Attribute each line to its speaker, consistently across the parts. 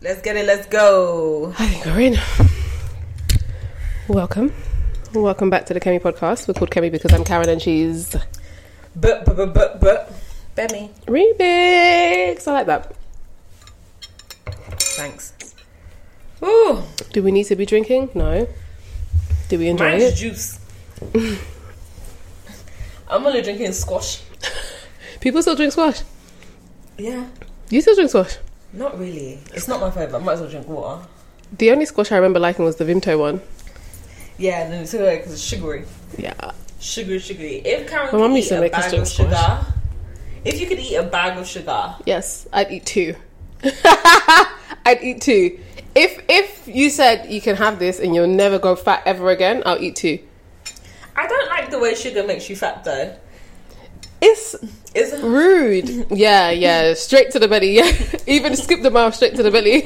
Speaker 1: Let's get it. Let's go.
Speaker 2: I think we're in. Welcome. Welcome back to the Kemi podcast. We're called Kemi because I'm Karen and she's
Speaker 1: But but but but but. Bemi.
Speaker 2: Remix. I like that.
Speaker 1: Thanks. Ooh,
Speaker 2: Do we need to be drinking? No. Do we enjoy
Speaker 1: mine's
Speaker 2: it?
Speaker 1: juice. I'm only drinking squash.
Speaker 2: People still drink squash.
Speaker 1: Yeah,
Speaker 2: You still drink squash.
Speaker 1: not really. It's not my favorite. I might as well drink water.
Speaker 2: The only squash I remember liking was the Vimto one.
Speaker 1: Yeah, and then it's like it's sugary,
Speaker 2: Yeah.
Speaker 1: sugary, sugary. If Karen
Speaker 2: My mum
Speaker 1: could
Speaker 2: used
Speaker 1: eat
Speaker 2: to
Speaker 1: a
Speaker 2: make us
Speaker 1: bag
Speaker 2: drink
Speaker 1: of sugar, if you could eat a bag of sugar,
Speaker 2: Yes, I'd eat two. I'd eat two. If if you said you can have this and you'll never go fat ever again, I'll eat two.
Speaker 1: I don't like the way sugar makes you fat though.
Speaker 2: It's
Speaker 1: It's
Speaker 2: rude. Yeah, yeah. Straight to the belly. Yeah. Even skip the mouth straight to the belly.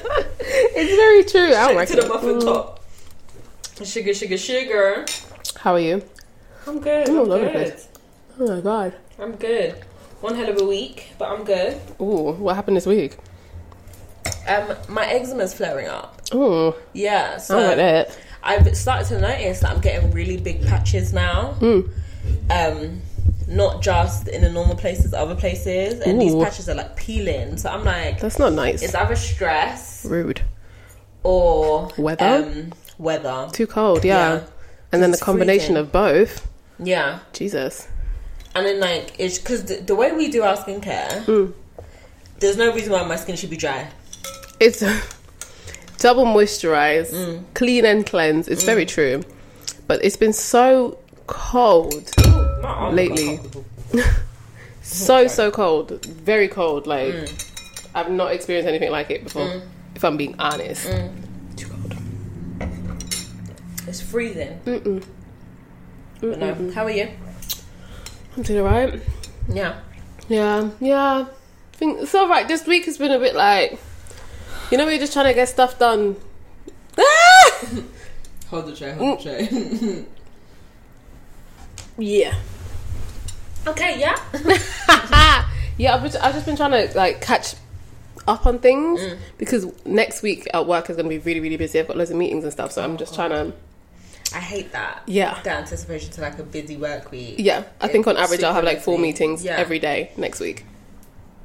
Speaker 2: it's very true. I don't like
Speaker 1: to the
Speaker 2: it. Mm.
Speaker 1: muffin top. Sugar, sugar, sugar.
Speaker 2: How are you?
Speaker 1: I'm good.
Speaker 2: I'm
Speaker 1: I'm,
Speaker 2: all over the
Speaker 1: good.
Speaker 2: place. Oh my god.
Speaker 1: I'm good. One hell of a week, but I'm good.
Speaker 2: Ooh, what happened this week?
Speaker 1: Um, my eczema's flaring up.
Speaker 2: Ooh,
Speaker 1: Yeah,
Speaker 2: I don't like
Speaker 1: so
Speaker 2: that.
Speaker 1: I've started to notice that I'm getting really big patches now.
Speaker 2: Hmm.
Speaker 1: Um, not just in the normal places, other places, and these
Speaker 2: Ooh.
Speaker 1: patches are like peeling. So I'm like,
Speaker 2: That's not nice.
Speaker 1: it's either stress
Speaker 2: rude.
Speaker 1: or
Speaker 2: Weather?
Speaker 1: Um, weather.
Speaker 2: Too cold. Yeah.
Speaker 1: Yeah.
Speaker 2: And then the
Speaker 1: It's
Speaker 2: combination
Speaker 1: freezing.
Speaker 2: of both.
Speaker 1: Yeah.
Speaker 2: Jesus.
Speaker 1: And then like it's because the, the way we do our skincare,
Speaker 2: Mm.
Speaker 1: there's no reason why my skin should be dry.
Speaker 2: It's double moisturize,
Speaker 1: Mm.
Speaker 2: clean and cleanse. It's very true. But it's been so cold lately. so, so cold. Very cold. Like,
Speaker 1: Mm.
Speaker 2: I've not experienced anything like it before, if I'm being honest.
Speaker 1: Mm.
Speaker 2: Too cold.
Speaker 1: It's freezing. Mm-mm. But no, how are you?
Speaker 2: I'm doing alright.
Speaker 1: Yeah.
Speaker 2: Yeah, yeah. I think it's all right. This week has been a bit like, you know, we're just trying to get stuff done.
Speaker 1: Hold the chair, hold the chair.
Speaker 2: yeah.
Speaker 1: okay, yeah.
Speaker 2: yeah, I've, just- I've just been trying to like catch up on things
Speaker 1: Mm.
Speaker 2: because next week at work is going to be really, really busy. I've got loads of meetings and stuff, so I'm just trying to.
Speaker 1: I hate that.
Speaker 2: Yeah.
Speaker 1: The anticipation to like a busy work week.
Speaker 2: Yeah, I think on
Speaker 1: It's
Speaker 2: average I'll have
Speaker 1: super
Speaker 2: like four
Speaker 1: busy.
Speaker 2: meetings
Speaker 1: Yeah.
Speaker 2: every day next week.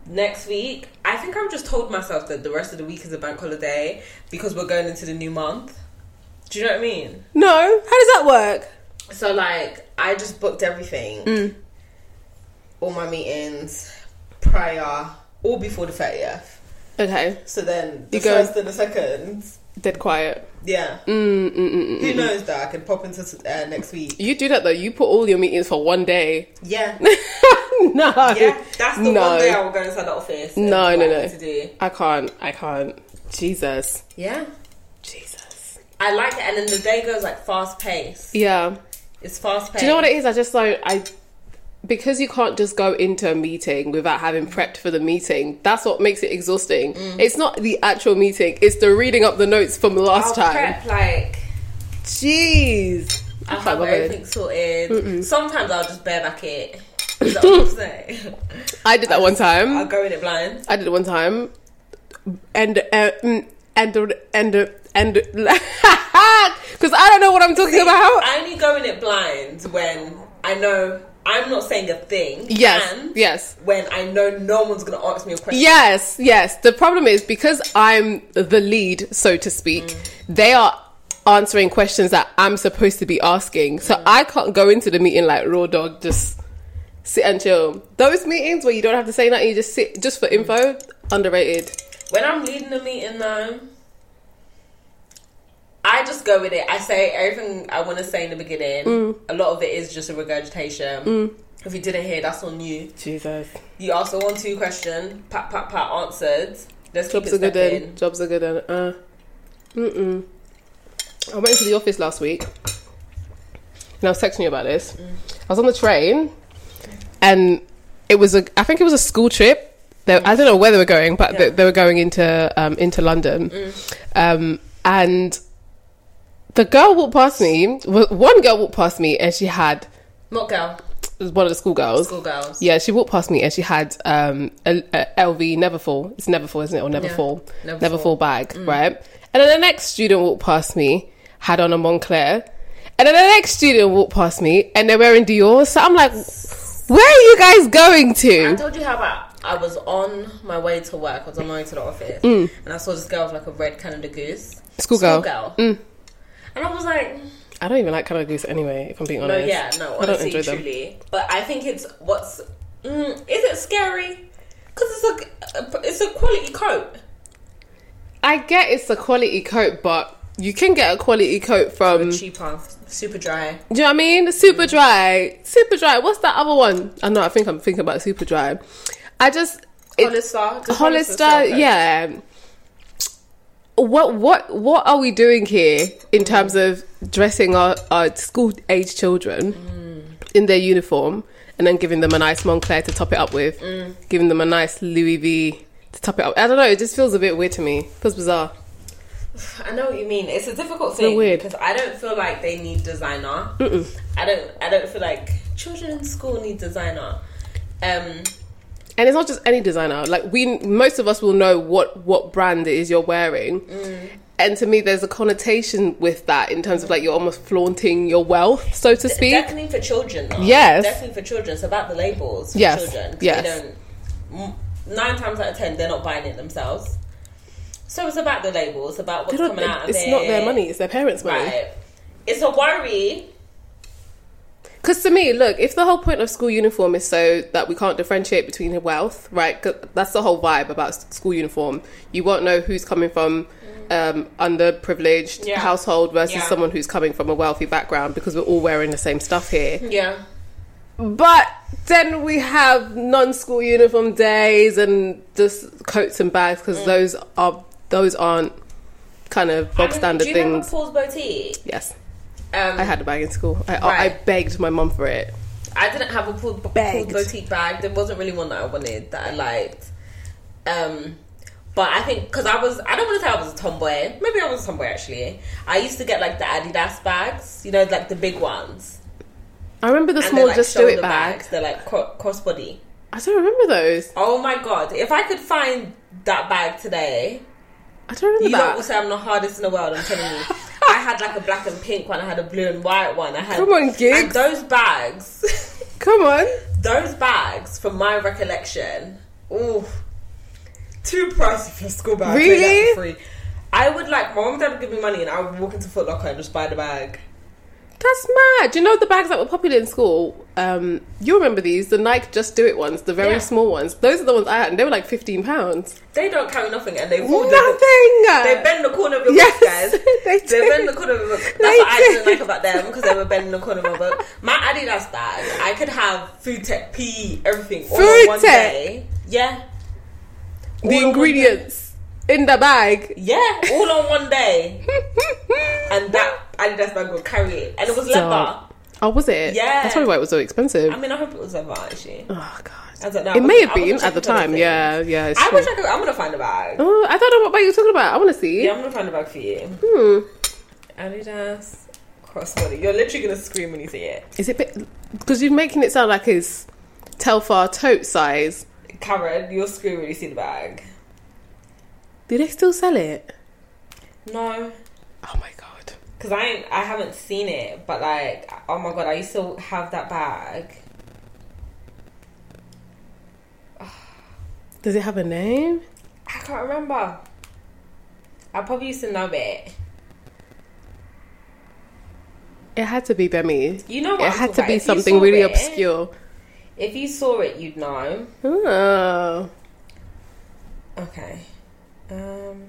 Speaker 1: Next week, I think I've just told myself that the rest of the week is a bank holiday because we're going into the new month. Do you know what I mean?
Speaker 2: No, how does that work?
Speaker 1: So like I just booked everything.
Speaker 2: Mm.
Speaker 1: All my meetings prior all before the 30th.
Speaker 2: Okay,
Speaker 1: So then the
Speaker 2: You go-
Speaker 1: first and the second.
Speaker 2: dead quiet.
Speaker 1: Yeah.
Speaker 2: Mm, mm, mm, mm.
Speaker 1: Who knows that I could pop into uh, next week.
Speaker 2: You do that though. You put all your meetings for one day.
Speaker 1: Yeah.
Speaker 2: no,
Speaker 1: Yeah. That's the
Speaker 2: no,
Speaker 1: one day I will go inside the office. and
Speaker 2: No,
Speaker 1: do
Speaker 2: no,
Speaker 1: what I
Speaker 2: no.
Speaker 1: need To do.
Speaker 2: I can't. I can't. Jesus,
Speaker 1: Yeah.
Speaker 2: Jesus.
Speaker 1: I like it and then the day goes like fast paced.
Speaker 2: Yeah.
Speaker 1: It's fast paced.
Speaker 2: Do you know what it is? I just don't. I because you can't just go into a meeting without having prepped for the meeting. That's what makes it exhausting.
Speaker 1: Mm.
Speaker 2: It's not the actual meeting; it's the reading up the notes from
Speaker 1: I'll
Speaker 2: last time.
Speaker 1: prep like
Speaker 2: Jeez,
Speaker 1: I'll
Speaker 2: I'm quite
Speaker 1: have
Speaker 2: bothered.
Speaker 1: everything sorted. Sometimes I'll just bareback it. Is that what I'm saying?
Speaker 2: I did that one time.
Speaker 1: I'll go in it blind.
Speaker 2: I did it one time, and uh, mm, and and uh, and because I don't know what I'm talking about.
Speaker 1: I only go in it blind when I know I'm not saying a thing.
Speaker 2: Yes,
Speaker 1: and
Speaker 2: yes.
Speaker 1: When I know no one's gonna ask me a question.
Speaker 2: Yes, yes. The problem is because I'm the lead, so to speak, they are answering questions that I'm supposed to be asking. So I can't go into the meeting like raw dog, just sit and chill. Those meetings where you don't have to say nothing, you just sit just for info, underrated.
Speaker 1: When I'm leading a meeting though, I just go with it. I say everything I want to say in the beginning.
Speaker 2: Mm.
Speaker 1: A lot of it is just a regurgitation. If you didn't hear, that's on you.
Speaker 2: Jesus.
Speaker 1: You asked a one-two question, pat pat pat answered. Let's keep
Speaker 2: Jobs
Speaker 1: it
Speaker 2: are good
Speaker 1: stepping.
Speaker 2: then. Jobs are good then. Uh, mm-mm. I went into the office last week and I was texting you about this. I was on the train and it was a, I think it was a school trip. They, I don't know where they were going, but they,
Speaker 1: Yeah.
Speaker 2: they were going into, um, into London. Um, and the girl walked past me, w- one girl walked past me and she had
Speaker 1: Not girl.
Speaker 2: was one of the schoolgirls.
Speaker 1: Schoolgirls.
Speaker 2: Yeah, she walked past me and she had um, a, a LV Neverfall. It's Neverfall, isn't it? Or
Speaker 1: Yeah. Mm.
Speaker 2: Neverfall.
Speaker 1: Neverfull.
Speaker 2: Neverfall bag, right? And then the next student walked past me, had on a Montclair. And then the next student walked past me and they're wearing Dior. So I'm like, where are you guys going
Speaker 1: I
Speaker 2: to?
Speaker 1: told you how about I was on my way to work. I was on my way to the office,
Speaker 2: Mm.
Speaker 1: and I saw this girl with like a red Canada goose.
Speaker 2: Schoolgirl.
Speaker 1: Schoolgirl.
Speaker 2: Mm.
Speaker 1: And I was like,
Speaker 2: I don't even like Canada Goose anyway, if I'm being
Speaker 1: no,
Speaker 2: honest.
Speaker 1: yeah, no,
Speaker 2: I don't
Speaker 1: honestly,
Speaker 2: enjoy them.
Speaker 1: truly. But I think it's what's. Mm, is it scary? Because it's a, a it's a quality coat.
Speaker 2: I get it's a quality coat, but you can get a quality coat from. Do
Speaker 1: Cheaper, super dry.
Speaker 2: you know what I
Speaker 1: Mm.
Speaker 2: mean? Super dry, super dry. What's that other one? I know. I think I'm thinking about super dry. I just it,
Speaker 1: Hollister. does
Speaker 2: Hollister,
Speaker 1: sell coats?
Speaker 2: yeah. What what what are we doing here in terms of dressing our, our school age children in their uniform and then giving them a nice Montclair to top it up with, giving them a nice Louis V to top it up? I don't know. It just feels a bit weird to me. feels bizarre.
Speaker 1: I know what you mean. It's a difficult thing
Speaker 2: weird.
Speaker 1: because I don't feel like they need designer. I don't. I don't feel like children in school need designer. Um,
Speaker 2: and it's not just any designer like we most of us will know what what brand it is you're wearing and to me there's a connotation with that in terms of like you're almost flaunting your wealth so to speak
Speaker 1: definitely for children. Though.
Speaker 2: Yes.
Speaker 1: definitely for children. It's about the labels. For
Speaker 2: Yes.
Speaker 1: children. 'cause
Speaker 2: Yes.
Speaker 1: They don't, m- nine times out of ten, they're not buying it themselves. So it's about the labels. About
Speaker 2: They
Speaker 1: what's
Speaker 2: don't-
Speaker 1: coming out of
Speaker 2: it's
Speaker 1: it.
Speaker 2: not their money it's their parents money
Speaker 1: Right. It's a worry.
Speaker 2: because to me look if the whole point of school uniform is so that we can't differentiate between the wealth right 'Cause that's the whole vibe about s- school uniform you won't know who's coming from um, underprivileged
Speaker 1: Yeah.
Speaker 2: household versus
Speaker 1: Yeah.
Speaker 2: someone who's coming from a wealthy background because we're all wearing the same stuff here
Speaker 1: Yeah.
Speaker 2: But then we have non-school uniform days and just coats and bags because
Speaker 1: Mm.
Speaker 2: those are those aren't kind of bog standard
Speaker 1: Do you remember
Speaker 2: things.
Speaker 1: Paul's Boutique?
Speaker 2: Yes,
Speaker 1: Um,
Speaker 2: I had a bag in school. I, I- I
Speaker 1: Right.
Speaker 2: begged my mum for it.
Speaker 1: I didn't have a Paul, Paul's
Speaker 2: Begged.
Speaker 1: boutique bag. There wasn't really one that I wanted that I liked. Um, but I think because I was, I don't want to say I was a tomboy. Maybe I was a tomboy actually. I used to get like the Adidas bags, you know, like the big ones.
Speaker 2: I remember the
Speaker 1: And
Speaker 2: small
Speaker 1: they're, like,
Speaker 2: just do it
Speaker 1: shoulder
Speaker 2: bag.
Speaker 1: They're like cro- crossbody.
Speaker 2: I don't remember those.
Speaker 1: Oh my god! If I could find that bag today,
Speaker 2: I don't remember
Speaker 1: you
Speaker 2: that.
Speaker 1: don't will say I'm the hardest in the world. I'm telling you. I had like a black and pink one. I had a blue and white one. I had
Speaker 2: Come on, Giggs.
Speaker 1: And those bags.
Speaker 2: Come on,
Speaker 1: those bags, from my recollection, ooh, too pricey for a school bag. I'll tell you that
Speaker 2: Really?
Speaker 1: for free. I would like my mom and dad would give me money, and I would walk into Foot Locker and just buy the bag.
Speaker 2: that's mad. Do you know the bags that were popular in school? Um, you remember these? The Nike Just Do It ones, the very
Speaker 1: Yeah.
Speaker 2: small ones. Those are the ones I had, and they were like fifteen pounds.
Speaker 1: They don't carry nothing, and they will do the-
Speaker 2: Nothing.
Speaker 1: They bend the corner of your
Speaker 2: Yes,
Speaker 1: book, guys.
Speaker 2: they do.
Speaker 1: bend the corner of your book. That's
Speaker 2: They
Speaker 1: what I didn't
Speaker 2: do.
Speaker 1: like about them because they were bending the corner of my book. My Adidas bag, I could have food tech, PE, everything all on
Speaker 2: Food
Speaker 1: one
Speaker 2: tech?
Speaker 1: day. Yeah, All
Speaker 2: the
Speaker 1: on one
Speaker 2: ingredients in the bag.
Speaker 1: yeah, all on one day, and that Adidas bag would carry it, and it was leather.
Speaker 2: Stop. Oh, was it?
Speaker 1: Yeah.
Speaker 2: That's probably why it was so expensive.
Speaker 1: I mean, I hope it was ever actually.
Speaker 2: oh god.
Speaker 1: I don't know. I
Speaker 2: it may
Speaker 1: wasn't-
Speaker 2: have
Speaker 1: I wasn't
Speaker 2: been at the
Speaker 1: checking
Speaker 2: time.
Speaker 1: anything.
Speaker 2: Yeah, yeah. It's
Speaker 1: I
Speaker 2: true.
Speaker 1: wish I could. I'm gonna find a bag.
Speaker 2: oh, I don't know what bag you're talking about. I want to see.
Speaker 1: Yeah, I'm gonna find a bag for you.
Speaker 2: Hmm.
Speaker 1: Adidas crossbody. You're literally gonna scream when you see it.
Speaker 2: Is it because you're making it sound like it's Telfar tote size?
Speaker 1: Karen, you'll scream when you see the bag.
Speaker 2: Do they still sell it?
Speaker 1: No,
Speaker 2: Oh my god.
Speaker 1: because I ain't, I haven't seen it. But like, oh my god, I used to have that bag.
Speaker 2: Does it have a name?
Speaker 1: I can't remember. I probably used to know it.
Speaker 2: It had to be Bemi.
Speaker 1: You know what?
Speaker 2: It
Speaker 1: I'm talking
Speaker 2: had to
Speaker 1: about.
Speaker 2: be
Speaker 1: If you
Speaker 2: something
Speaker 1: saw
Speaker 2: really
Speaker 1: it-
Speaker 2: obscure.
Speaker 1: If you saw it, you'd know.
Speaker 2: Oh.
Speaker 1: Okay. Um,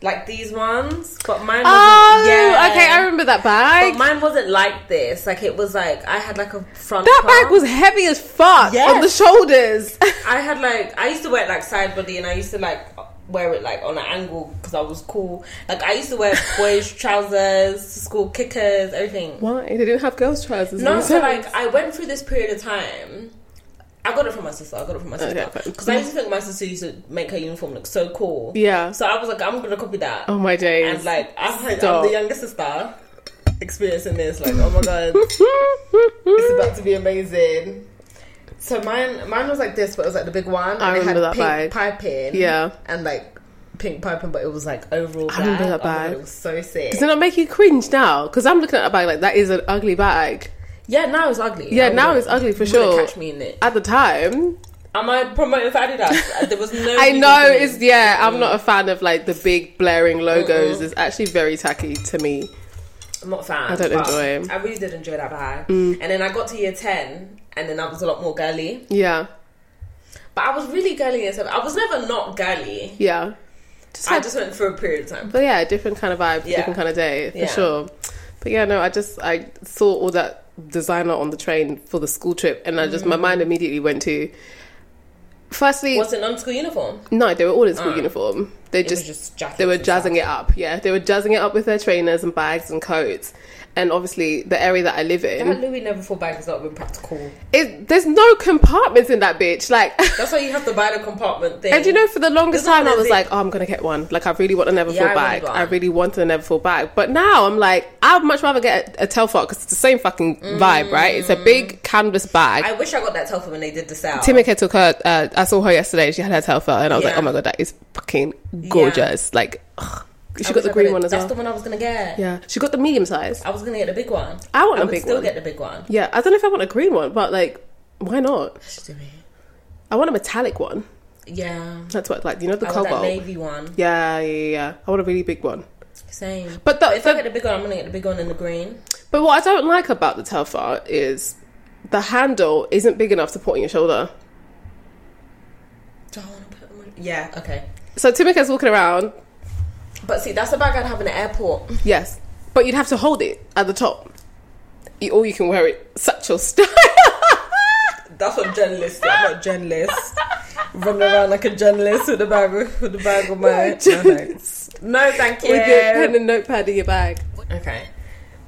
Speaker 1: like these ones, but mine.
Speaker 2: Oh,
Speaker 1: wasn't- yeah.
Speaker 2: okay. I remember that bag.
Speaker 1: But mine wasn't like this. Like it was like I had like a front.
Speaker 2: That
Speaker 1: part.
Speaker 2: bag was heavy as fuck
Speaker 1: Yes.
Speaker 2: on the shoulders.
Speaker 1: I had like I used to wear it like side body, and I used to like wear it like on an angle because I was cool. Like I used to wear boys' trousers, school kickers, everything.
Speaker 2: Why? They didn't have girls' trousers.
Speaker 1: No, so
Speaker 2: themselves.
Speaker 1: like I went through this period of time. I got it from my sister. I got it from my sister
Speaker 2: Okay, fine.
Speaker 1: because I used to think my sister used to make her uniform look so cool.
Speaker 2: Yeah.
Speaker 1: So I was like, I'm gonna copy that.
Speaker 2: Oh my days.
Speaker 1: And like I'm, like, I'm
Speaker 2: Stop.
Speaker 1: the youngest sister experiencing this. Like, oh my god. It's about to be amazing. So mine, mine was like this, but it was like the big one. And
Speaker 2: I
Speaker 1: it had
Speaker 2: remember that
Speaker 1: pink
Speaker 2: bag.
Speaker 1: piping.
Speaker 2: Yeah.
Speaker 1: and like pink piping, but it was like overall.
Speaker 2: I remember
Speaker 1: bag.
Speaker 2: that
Speaker 1: Oh my God,
Speaker 2: bag.
Speaker 1: It was so sick.
Speaker 2: Does it not make you cringe now? Because I'm looking at a bag like that is an ugly bag.
Speaker 1: yeah, now it's ugly.
Speaker 2: Yeah,
Speaker 1: I
Speaker 2: now
Speaker 1: wouldn't-
Speaker 2: it's ugly for
Speaker 1: you wouldn't
Speaker 2: sure.
Speaker 1: Catch me in it.
Speaker 2: At the time,
Speaker 1: Am I promoting for Adidas? There was no.
Speaker 2: I
Speaker 1: reason
Speaker 2: know
Speaker 1: for me.
Speaker 2: it's yeah. I'm not a fan of like the big blaring
Speaker 1: Uh-uh.
Speaker 2: logos. It's actually very tacky to me.
Speaker 1: I'm not a fan.
Speaker 2: I don't
Speaker 1: but
Speaker 2: enjoy Mm. 'em.
Speaker 1: I really did enjoy that bag. And then I got to year ten, and then I was a lot more girly.
Speaker 2: Yeah,
Speaker 1: But I was really girly and stuff. I was never not girly.
Speaker 2: yeah. Just
Speaker 1: I
Speaker 2: had,
Speaker 1: just went through a period of time.
Speaker 2: but yeah, different kind of vibe,
Speaker 1: Yeah.
Speaker 2: different kind of day for
Speaker 1: Yeah.
Speaker 2: sure. But yeah, no, I just I saw all that designer on the train for the school trip, and I just my
Speaker 1: Mm.
Speaker 2: mind immediately went to. Firstly,
Speaker 1: Was it non-school uniform?
Speaker 2: no, they were all in school
Speaker 1: Oh.
Speaker 2: uniform. They
Speaker 1: It was
Speaker 2: just
Speaker 1: just jackets
Speaker 2: they were
Speaker 1: and stuff.
Speaker 2: jazzing it up. Yeah, they were jazzing it up with their trainers and bags and coats. And obviously, the area that I live in,
Speaker 1: That Louis Neverfull bag has not been practical.
Speaker 2: it, there's no compartments in that bitch. Like,
Speaker 1: That's why you have to buy the compartment thing.
Speaker 2: and you know, for the longest
Speaker 1: There's not
Speaker 2: time, I
Speaker 1: enough
Speaker 2: was
Speaker 1: in-
Speaker 2: like, oh, I'm gonna get one. Like, I really want a Neverfull
Speaker 1: Yeah, I really
Speaker 2: bag.
Speaker 1: want.
Speaker 2: I really want a Neverfull bag. But now I'm like, I'd much rather get a, a Telfar because it's the same fucking vibe, right? It's a big canvas bag.
Speaker 1: Mm. I wish I got that telephone when they did the sale.
Speaker 2: Timika took her. Uh, I saw her yesterday. She had her Telfar, and I was like,
Speaker 1: Yeah.
Speaker 2: oh my god, that is fucking gorgeous. Like, ugh. she got the green one as
Speaker 1: That's
Speaker 2: well.
Speaker 1: the one I was gonna get.
Speaker 2: yeah, she got the medium size.
Speaker 1: I was gonna get the big one.
Speaker 2: I want
Speaker 1: I
Speaker 2: a
Speaker 1: would
Speaker 2: big
Speaker 1: still
Speaker 2: one.
Speaker 1: get the big one.
Speaker 2: Yeah, I don't know if I want a green one, but like, why not? I want a metallic one.
Speaker 1: Yeah.
Speaker 2: That's what like you know the
Speaker 1: I want that
Speaker 2: cobalt.
Speaker 1: navy one.
Speaker 2: Yeah, yeah, yeah. I want a really big one.
Speaker 1: Same.
Speaker 2: But the-
Speaker 1: if I
Speaker 2: the-
Speaker 1: get the big one, I'm gonna get the big one in the green.
Speaker 2: But what I don't like about the Telfar is the handle isn't big enough to put on your shoulder.
Speaker 1: Do I wanna put them on- Yeah. Okay.
Speaker 2: So Timika's walking around,
Speaker 1: But see, that's the bag I'd have in the airport.
Speaker 2: yes, but you'd have to hold it at the top. You, or you can wear it satchel style.
Speaker 1: That's what journalists. do. I'm not journalists. Running around like a journalist with a bag with a bag on my.
Speaker 2: Just
Speaker 1: No, no. No, thank you.
Speaker 2: With your pen and notepad in your bag.
Speaker 1: Okay.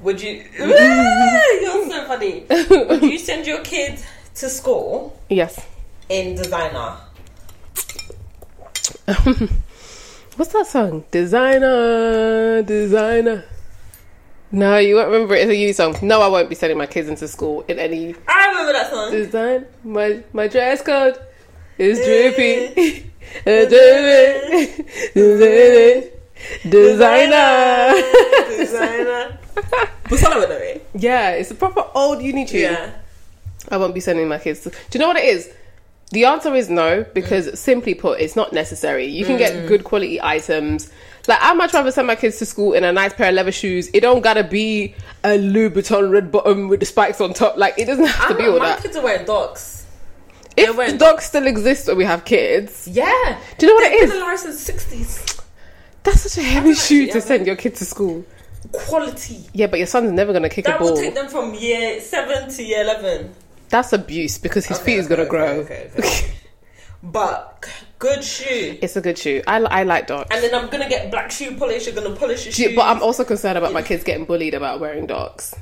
Speaker 1: Would you? You're so funny. Would you send your kid to school
Speaker 2: Yes.
Speaker 1: in designer?
Speaker 2: What's that song? Designer, designer. No, you won't remember it. It's a you song. No, I won't be sending my kids into school in any
Speaker 1: I remember that song.
Speaker 2: design. My my dress code is drippy. Eh, drippy. Designer.
Speaker 1: designer. But some of it, though, eh?
Speaker 2: Yeah, it's a proper old uni tune.
Speaker 1: yeah.
Speaker 2: I won't be sending my kids. To, do you know what it is? The answer is no, because simply put, it's not necessary. You can get good quality items. Like I'd much rather send my kids to school in a nice pair of leather shoes. It don't gotta be a Louboutin red bottom with the spikes on top. Like it doesn't have
Speaker 1: I
Speaker 2: to be
Speaker 1: know,
Speaker 2: all
Speaker 1: my
Speaker 2: that.
Speaker 1: kids are wearing docs.
Speaker 2: If
Speaker 1: wearing-
Speaker 2: the dog still exists when we have kids,
Speaker 1: Yeah.
Speaker 2: Do you know what
Speaker 1: They've
Speaker 2: it
Speaker 1: been alive since sixties.
Speaker 2: that's such a heavy
Speaker 1: That's
Speaker 2: shoe
Speaker 1: actually-
Speaker 2: to send your kid to school.
Speaker 1: Quality.
Speaker 2: Yeah, but your son's never gonna kick
Speaker 1: That
Speaker 2: a ball.
Speaker 1: will take them from year seven to year eleven.
Speaker 2: that's abuse because his feet is gonna grow.
Speaker 1: Okay, okay, okay. but good shoe.
Speaker 2: It's a good shoe. I, li- I like dogs.
Speaker 1: And then I'm gonna get black shoe polish. You're gonna polish your
Speaker 2: Do
Speaker 1: shoes.
Speaker 2: you- but I'm also concerned about my kids getting bullied about wearing dogs.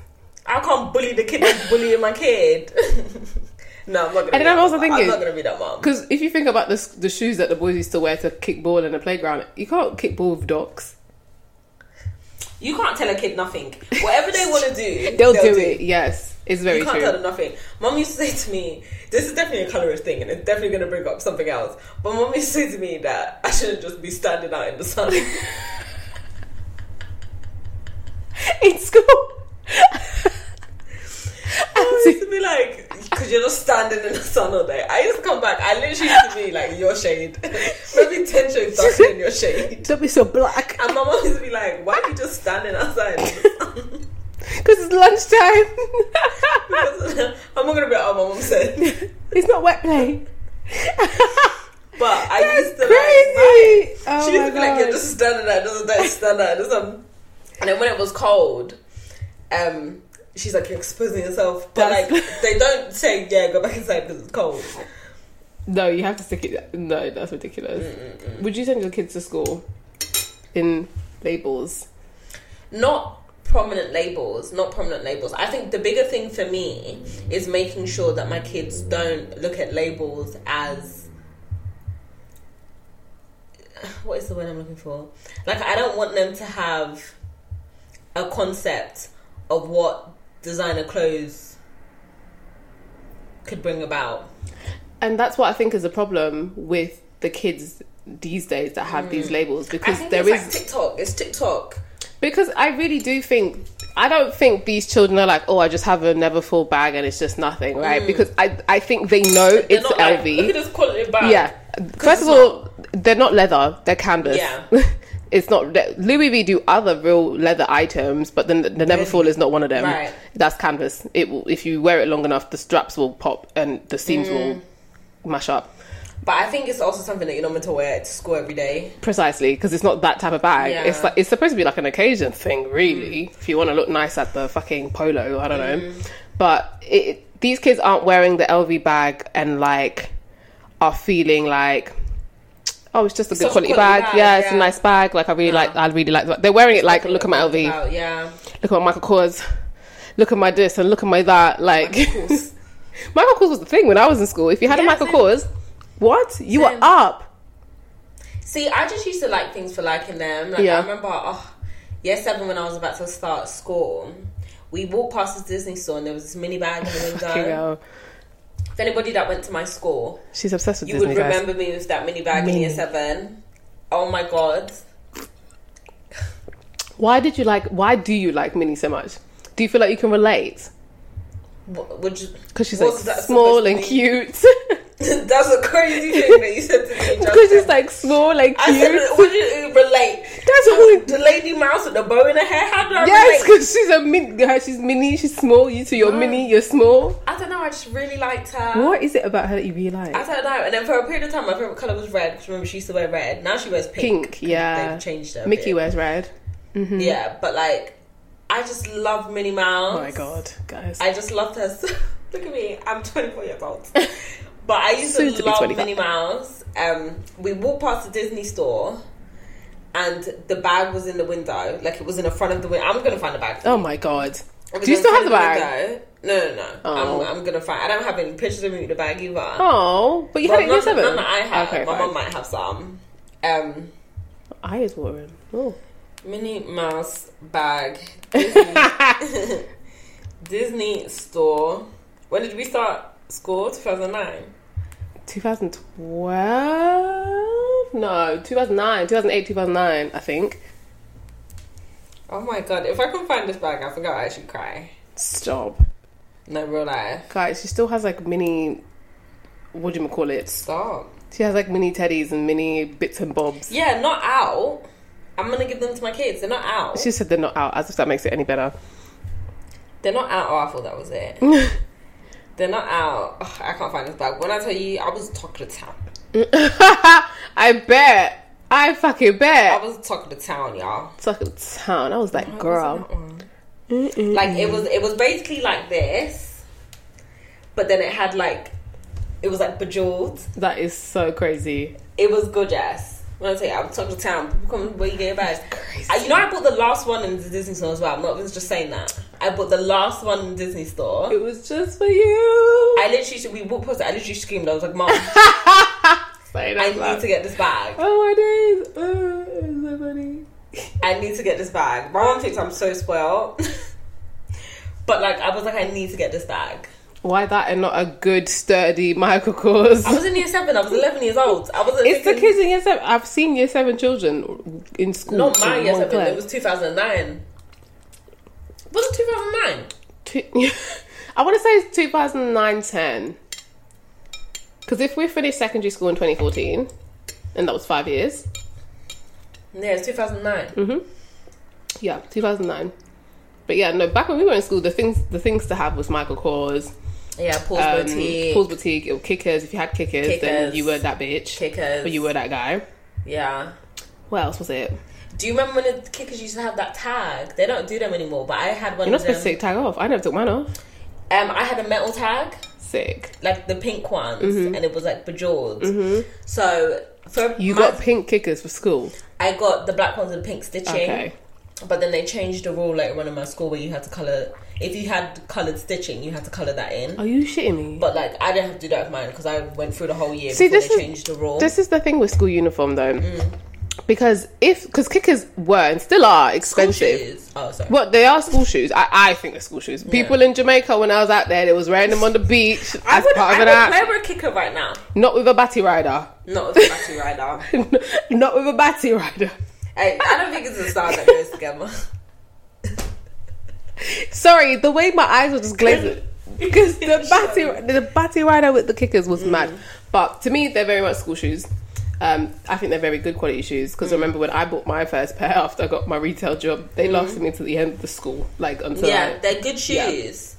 Speaker 1: I can't bully the kid that's bullying my kid. no, I'm not gonna.
Speaker 2: And
Speaker 1: be
Speaker 2: then
Speaker 1: that
Speaker 2: I'm also
Speaker 1: mum.
Speaker 2: thinking-
Speaker 1: I'm not gonna be that mom.
Speaker 2: Because if you think about the, the shoes that the boys used to wear to kick ball in the playground, you can't kick ball with dogs.
Speaker 1: You can't tell a kid nothing. Whatever they want to do,
Speaker 2: They'll, do, it. Yes, it's very
Speaker 1: You can't tell
Speaker 2: true.
Speaker 1: them nothing. Mom used to say to me, "This is definitely a colorist thing, and it's definitely gonna bring up something else." But mom used to say to me that I shouldn't just be standing out in the sun.
Speaker 2: In school,
Speaker 1: I used to be like, because you're just standing in the sun all day. I used to come back. I literally used to be like your shade, maybe ten shades darker than your shade.
Speaker 2: don't be so black.
Speaker 1: And my mom used to be like, "Why are you just standing outside?"
Speaker 2: Because it's lunchtime.
Speaker 1: I'm not gonna be like, "Oh, my mom said."
Speaker 2: it's not wet play.
Speaker 1: But I used to
Speaker 2: Crazy.
Speaker 1: like.
Speaker 2: oh
Speaker 1: she used
Speaker 2: my
Speaker 1: to be like, "You're
Speaker 2: God.
Speaker 1: just standing there, doesn't that stand there, doesn't." And then when it was cold, um, she's like, "You're exposing yourself," but
Speaker 2: That's-
Speaker 1: like they don't say, "Yeah, go back inside because it's cold."
Speaker 2: No, you have to stick it. No, that's ridiculous. Would you send your kids to school in labels?
Speaker 1: Not prominent labels, not prominent labels. I think the bigger thing for me is making sure that my kids don't look at labels as what is the word I'm looking for? Like I don't want them to have a concept of what designer clothes could bring about.
Speaker 2: And that's what I think is a problem with the kids these days that have these labels
Speaker 1: Mm. I
Speaker 2: because
Speaker 1: think
Speaker 2: there
Speaker 1: it's
Speaker 2: is
Speaker 1: like TikTok. It's TikTok.
Speaker 2: because I really do think I don't think these children are like, oh, I just have a never full bag and it's just nothing, right? Because I I think they know
Speaker 1: Mm. They're
Speaker 2: it's
Speaker 1: not like,
Speaker 2: LV.
Speaker 1: Look at this quality bag.
Speaker 2: yeah.
Speaker 1: it's
Speaker 2: First of all, they're not leather; they're canvas.
Speaker 1: Yeah.
Speaker 2: it's not le- Louis V do other real leather items, but then the, the Neverfull is not one of them.
Speaker 1: Right.
Speaker 2: That's canvas. It will, if you wear it long enough, the straps will pop and the seams
Speaker 1: Mm.
Speaker 2: will mash up.
Speaker 1: But I think it's also something that you're not meant to wear to school every day.
Speaker 2: Precisely, because it's not that type of bag.
Speaker 1: Yeah. Mm.
Speaker 2: It's like it's supposed to be like an occasion thing, really. If you want to look nice at the fucking polo, I don't know. But it, these kids aren't wearing the LV bag and like are feeling like, oh, it's just a good
Speaker 1: such a
Speaker 2: quality,
Speaker 1: quality
Speaker 2: bag.
Speaker 1: bag,
Speaker 2: Yeah, it's a
Speaker 1: yeah.
Speaker 2: nice bag. Like I really like. I really like. that. They're wearing it like, look at my LV,
Speaker 1: About, yeah.
Speaker 2: look at my Michael Kors, look at my this, and look at my that. Like
Speaker 1: Michael Kors.
Speaker 2: Michael Kors was the thing when I was in school. If you had a
Speaker 1: Yeah,
Speaker 2: Michael
Speaker 1: same.
Speaker 2: Kors, what you were
Speaker 1: Same.
Speaker 2: up.
Speaker 1: See, I just used to like things for liking them. Like
Speaker 2: Yeah.
Speaker 1: I remember, oh, year seven when I was about to start school, we walked past this Disney store and there was this mini bag in the
Speaker 2: Fucking
Speaker 1: window.
Speaker 2: hell.
Speaker 1: If anybody that went to my school,
Speaker 2: She's obsessed with
Speaker 1: you
Speaker 2: Disney
Speaker 1: would
Speaker 2: guys.
Speaker 1: remember me with that mini bag in year seven. Oh my god.
Speaker 2: Why did you like? Why do you like Minnie so much? Do you feel like you can relate?
Speaker 1: Wh- Would you?
Speaker 2: Because she's
Speaker 1: what
Speaker 2: like
Speaker 1: was that
Speaker 2: small
Speaker 1: supposed to
Speaker 2: and
Speaker 1: mean?
Speaker 2: cute.
Speaker 1: That's a crazy thing that you said to me.
Speaker 2: Because
Speaker 1: Justin.
Speaker 2: she's like small and
Speaker 1: I
Speaker 2: cute.
Speaker 1: said, would you relate?
Speaker 2: That's all.
Speaker 1: The lady mouse with the bow in her hair. How do I
Speaker 2: Yes,
Speaker 1: relate?
Speaker 2: because she's a min. her- She's mini. She's small. You two, you're mini. You're small.
Speaker 1: I don't know. I just really liked her.
Speaker 2: What is it about her that you really
Speaker 1: Uh, I
Speaker 2: like?
Speaker 1: don't know. And then for a period of time, my favorite color was red. 'cause remember, she used to wear red. Now she wears pink.
Speaker 2: Pink. Yeah.
Speaker 1: They've changed her. a
Speaker 2: Mickey mm-hmm.
Speaker 1: bit.
Speaker 2: wears red.
Speaker 1: Yeah, but like, I just love Minnie Mouse.
Speaker 2: Oh my god, guys.
Speaker 1: I just loved her. So- Look at me. I'm 24 years old. But I used
Speaker 2: Soon
Speaker 1: to,
Speaker 2: to be
Speaker 1: love
Speaker 2: 25.
Speaker 1: Minnie Mouse. Um, we walked past the Disney store, and the bag was in the window. Like it was in the front of the window. I'm gonna find the bag.
Speaker 2: oh my god.
Speaker 1: It was
Speaker 2: Do you
Speaker 1: in
Speaker 2: still have the
Speaker 1: front of
Speaker 2: bag?
Speaker 1: window. No, no, no.
Speaker 2: Oh.
Speaker 1: I'm, I'm gonna find. I don't have any pictures of me with the bag either.
Speaker 2: Oh, but you
Speaker 1: Well,
Speaker 2: had it in year
Speaker 1: none-
Speaker 2: seven.
Speaker 1: none that I have.
Speaker 2: Okay,
Speaker 1: My
Speaker 2: fine.
Speaker 1: mum might have some. Um,
Speaker 2: Eye is watering. Oh.
Speaker 1: Minnie Mouse bag. Disney, Disney store. When did we start school? 2009.
Speaker 2: 2012? No, 2009, 2008, 2009, I think.
Speaker 1: Oh my god, if I can find this bag, I forgot I actually cry.
Speaker 2: Stop.
Speaker 1: No real life.
Speaker 2: Guys, she still has like mini. What do you call it?
Speaker 1: Stop.
Speaker 2: She has like mini teddies and mini bits and bobs.
Speaker 1: Yeah, not out. I'm gonna give them to my kids. They're not out.
Speaker 2: She said they're not out, as if that makes it any better.
Speaker 1: They're not out. Oh, I thought that was it. They're not out. Ugh, I can't find this bag. When I tell you, I was talking to town.
Speaker 2: I bet. I fucking
Speaker 1: I
Speaker 2: bet.
Speaker 1: was talking to town, y'all.
Speaker 2: It's like a town. I was like,
Speaker 1: What's
Speaker 2: girl.
Speaker 1: that one? Like it was. It was basically like this, but then it had like, it was like bejeweled.
Speaker 2: That is so crazy.
Speaker 1: It was gorgeous. When I tell you, I was talking to town. People come where you get your bags. Uh, You know, I bought the last one in the Disney store as well. I'm not just saying that. I bought the last one in the Disney store.
Speaker 2: It was just for you.
Speaker 1: I literally, we walked past it. I literally screamed. I was like, "Mom,
Speaker 2: Say
Speaker 1: I
Speaker 2: that loud.
Speaker 1: need to get this bag.
Speaker 2: Oh my days. Oh, it's so funny.
Speaker 1: I need to get this bag." My mom thinks I'm so spoiled, but like, I was like, "I need to get this bag."
Speaker 2: Why that and not a good sturdy Michael Kors?
Speaker 1: I was in year seven. I was 11 years old. I wasn't.
Speaker 2: It's the
Speaker 1: thinking-
Speaker 2: kids in year seven. I've seen year seven children in school.
Speaker 1: Not my
Speaker 2: in
Speaker 1: year
Speaker 2: one
Speaker 1: seven.
Speaker 2: class.
Speaker 1: It was 2009. Was it 2009?
Speaker 2: Two- I want to say it's 2009 10. Because if we finished secondary school in 2014, and that was five years,
Speaker 1: Yeah, it's 2009.
Speaker 2: yeah, 2009. But yeah, no, back when we were in school, the things the things to have was Michael Kors,
Speaker 1: Yeah, Paul's
Speaker 2: um,
Speaker 1: boutique.
Speaker 2: Paul's Boutique, or Kickers. If you had Kickers, then
Speaker 1: Kickers.
Speaker 2: you were that bitch.
Speaker 1: Kickers.
Speaker 2: Or you were that guy.
Speaker 1: Yeah.
Speaker 2: What else was it?
Speaker 1: Do you remember when the kickers used to have that tag? They don't do them anymore, but I had one
Speaker 2: You're not
Speaker 1: of them.
Speaker 2: supposed to take tag off. I never took mine off.
Speaker 1: Um, I had a metal tag,
Speaker 2: Sick.
Speaker 1: like the pink ones, and it was like bejeweled. So for
Speaker 2: Mm-hmm. You
Speaker 1: my-
Speaker 2: got pink kickers for school.
Speaker 1: I got the black ones with pink stitching.
Speaker 2: Okay.
Speaker 1: But then they changed the rule later on in my school where you had to color. If you had colored stitching, you had to color that in.
Speaker 2: Are you shitting me?
Speaker 1: But like I didn't have to do that with mine because I went through the whole year
Speaker 2: See,
Speaker 1: before
Speaker 2: this
Speaker 1: they
Speaker 2: is-
Speaker 1: changed the rule. Mm.
Speaker 2: this is the thing with school uniform though. because if because kickers were and still are expensive.
Speaker 1: Shoes. Oh, sorry.
Speaker 2: What they are school shoes. I, I think they're school shoes. People in Jamaica when I was out there, it was wearing them on the beach
Speaker 1: I
Speaker 2: as
Speaker 1: would,
Speaker 2: part of an
Speaker 1: I would
Speaker 2: act.
Speaker 1: play with a kicker right now.
Speaker 2: Not with a batty rider.
Speaker 1: Not with a batty rider.
Speaker 2: Not with a batty rider.
Speaker 1: Hey, I don't think it's a style that goes together.
Speaker 2: Sorry, the way my eyes were just glazing because the batty the batty rider with the kickers was mad. But to me, they're very much school shoes. Um, I think they're very good quality shoes because remember when I bought my first pair after I got my retail job, they lasted me to the end of the school, like until.
Speaker 1: yeah,
Speaker 2: I,
Speaker 1: they're good shoes.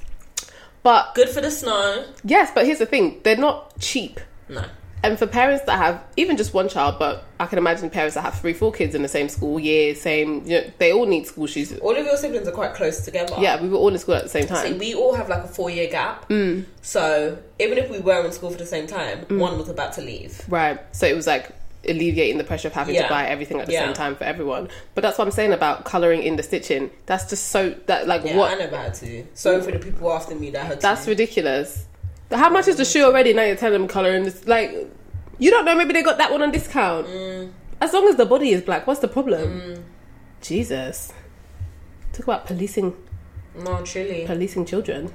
Speaker 2: but
Speaker 1: Good for the snow.
Speaker 2: yes, but here's the thing: they're not cheap.
Speaker 1: No.
Speaker 2: And for parents that have even just one child, but I can imagine parents that have three, four kids in the same school year, same, you know, they all need school shoes.
Speaker 1: All of your siblings are quite close together.
Speaker 2: Yeah, we were all in school at the same
Speaker 1: See,
Speaker 2: time.
Speaker 1: we all have like a four year gap. Mm. So even if we were in school for the same time,
Speaker 2: Mm.
Speaker 1: one was about to leave.
Speaker 2: Right. So it was like alleviating the pressure of having to
Speaker 1: Yeah.
Speaker 2: buy everything at the
Speaker 1: Yeah.
Speaker 2: same time for everyone. But that's what I'm saying about colouring in the stitching. That's just so that like
Speaker 1: Yeah, I
Speaker 2: what
Speaker 1: know about her too. So for the people after me that had
Speaker 2: that's
Speaker 1: to.
Speaker 2: ridiculous. How much is the shoe already? Now you're telling them colouring this like you don't know, maybe they got that one on discount.
Speaker 1: Mm.
Speaker 2: As long as the body is black, what's the problem? Jesus. Talk about policing
Speaker 1: no, truly.
Speaker 2: policing children.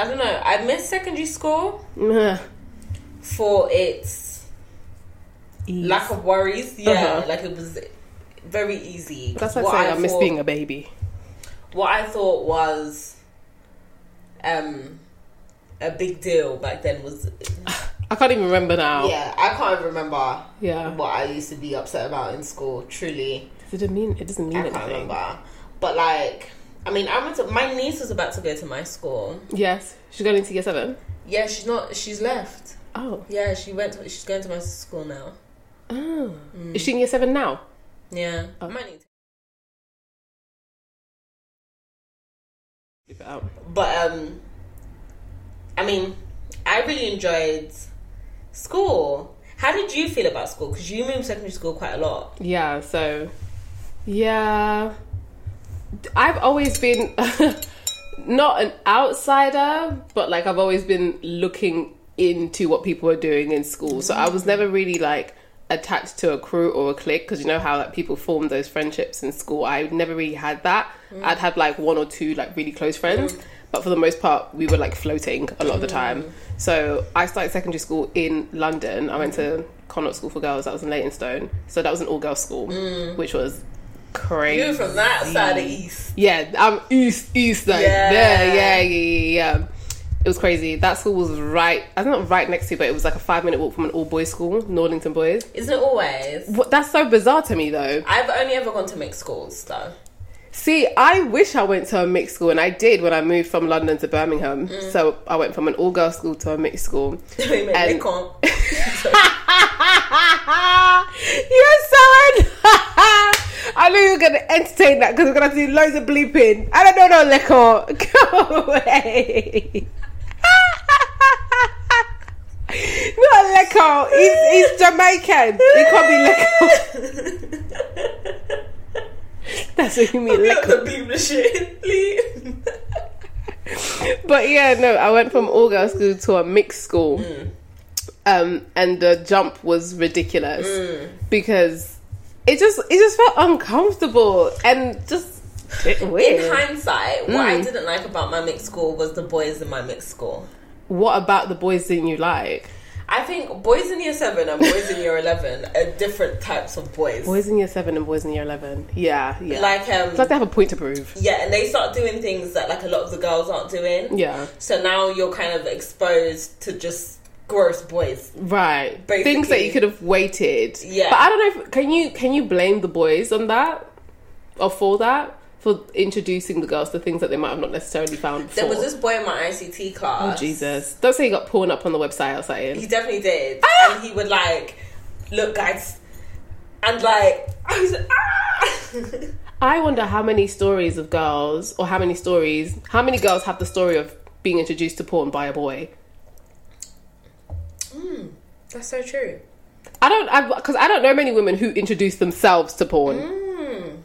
Speaker 1: I don't know. I miss secondary school
Speaker 2: Ugh.
Speaker 1: for its
Speaker 2: Ease.
Speaker 1: lack of worries. Yeah,
Speaker 2: Uh-huh.
Speaker 1: like it was very easy.
Speaker 2: That's like saying I, miss
Speaker 1: thought-
Speaker 2: being a baby.
Speaker 1: What I thought was, um, a big deal back then was
Speaker 2: I can't even remember now.
Speaker 1: yeah. I can't even remember
Speaker 2: Yeah.
Speaker 1: what I used to be upset about in school. Truly,
Speaker 2: It didn't mean it doesn't mean
Speaker 1: I can't
Speaker 2: anything.
Speaker 1: remember. But like, I mean, I went to my niece was about to go to my school.
Speaker 2: Yes. She's going into year seven.
Speaker 1: Yeah, she's not. She's left.
Speaker 2: Oh.
Speaker 1: Yeah, she went. To, she's going to my school now.
Speaker 2: Oh. Is she in year seven now?
Speaker 1: Yeah, I might need. To.
Speaker 2: Leave it out.
Speaker 1: But um, I mean, I really enjoyed school. How did you feel about school? Because you moved secondary school quite a lot.
Speaker 2: Yeah, so. Yeah. I've always been not an outsider, but like I've always been looking into what people are doing in school. So I was never really like attached to a crew or a clique because you know how like people form those friendships in school. I never really had that. I'd had like one or two like really close friends, but for the most part we were like floating a lot of the time. So I started secondary school in London. I went to Connaught School for Girls. That was in Leytonstone. So that was an all-girls school, which was crazy.
Speaker 1: You were from that side of East.
Speaker 2: Yeah, I'm east, east, like
Speaker 1: Yeah.
Speaker 2: there, yeah, yeah, yeah, yeah. It was crazy. That school was right, I don't know, right next to, but it was like a five minute walk from an all boys school, Norlington Boys.
Speaker 1: Isn't it always?
Speaker 2: What, that's so bizarre to me though.
Speaker 1: I've only ever gone to mixed schools though.
Speaker 2: See, I wish I went to a mixed school, and I did when I moved from London to Birmingham. So I went from an all girls school to a mixed school.
Speaker 1: Wait a minute,
Speaker 2: And-
Speaker 1: they can't.
Speaker 2: You're so un- I knew you were going to entertain that because we're going to have to do loads of bleeping. I don't know, no, Leco. Go away. Not Leco. He's, he's Jamaican. He can't be Leco. That's what you
Speaker 1: You
Speaker 2: mean, Leco.
Speaker 1: have to bleep the shit. Leave.
Speaker 2: But yeah, no, I went from all girls school to a mixed school.
Speaker 1: Mm.
Speaker 2: Um, and the jump was ridiculous
Speaker 1: Mm.
Speaker 2: because it just it just felt uncomfortable and just it
Speaker 1: In
Speaker 2: weird.
Speaker 1: hindsight, what I
Speaker 2: Mm.
Speaker 1: didn't like about my mixed school was the boys in my mixed school.
Speaker 2: what about the boys didn't you like?
Speaker 1: I think boys in year seven and boys in year eleven are different types of boys.
Speaker 2: Boys in year seven and boys in year eleven. Yeah, yeah.
Speaker 1: Like
Speaker 2: it's like
Speaker 1: um
Speaker 2: they have a point to prove.
Speaker 1: yeah, and they start doing things that like a lot of the girls aren't doing.
Speaker 2: Yeah,
Speaker 1: So now you're kind of exposed to just gross boys.
Speaker 2: right.
Speaker 1: Basically.
Speaker 2: Things that you could have waited.
Speaker 1: Yeah.
Speaker 2: but I don't know. If, can you can you blame the boys on that or for that? For introducing the girls to things that they might have not necessarily found before.
Speaker 1: There was this boy in my ICT class.
Speaker 2: Oh, Jesus. Don't say he got porn up on the website or something.
Speaker 1: He definitely did. And he would like, look guys and like I was ah
Speaker 2: I wonder how many stories of girls, or how many stories, how many girls have the story of being introduced to porn by a boy?
Speaker 1: That's so true.
Speaker 2: I don't, because I, don't know many women who introduce themselves to porn.
Speaker 1: Mm.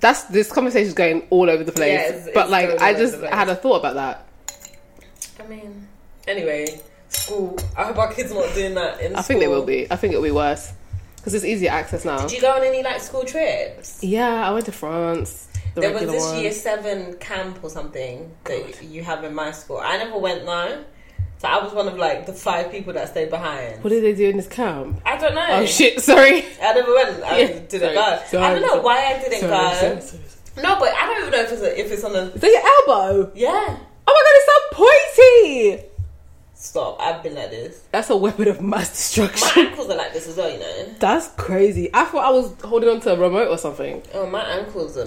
Speaker 2: That's this conversation's going all over the place.
Speaker 1: Yeah, it's-
Speaker 2: but
Speaker 1: it's
Speaker 2: like,
Speaker 1: going
Speaker 2: I
Speaker 1: all over
Speaker 2: just
Speaker 1: the place.
Speaker 2: had a thought about that.
Speaker 1: I mean anyway, school. I hope our kids are not doing that in
Speaker 2: I think they will be. I think it'll be worse. because it's easier access now.
Speaker 1: Did you go on any like school trips?
Speaker 2: Yeah, I went to France. The
Speaker 1: there was
Speaker 2: regular
Speaker 1: this
Speaker 2: one.
Speaker 1: year seven camp or something that you have in my school. I never went though, so I was one of like the five people that stayed behind.
Speaker 2: What did they do in this camp?
Speaker 1: I don't know.
Speaker 2: Oh shit! Sorry.
Speaker 1: I never went. I
Speaker 2: Yeah.
Speaker 1: didn't
Speaker 2: Sorry.
Speaker 1: go. I
Speaker 2: Sorry.
Speaker 1: don't know why I didn't
Speaker 2: Sorry,
Speaker 1: go.
Speaker 2: sorry, sorry.
Speaker 1: No, but I don't even know if it's a, if it's on a
Speaker 2: Is that your elbow?
Speaker 1: yeah.
Speaker 2: Oh my god, it's so pointy.
Speaker 1: Stop! I've been like this.
Speaker 2: That's a weapon of mass destruction.
Speaker 1: My ankles are like this as well, you know.
Speaker 2: That's crazy. I thought I was holding onto a remote or something.
Speaker 1: Oh, my ankles are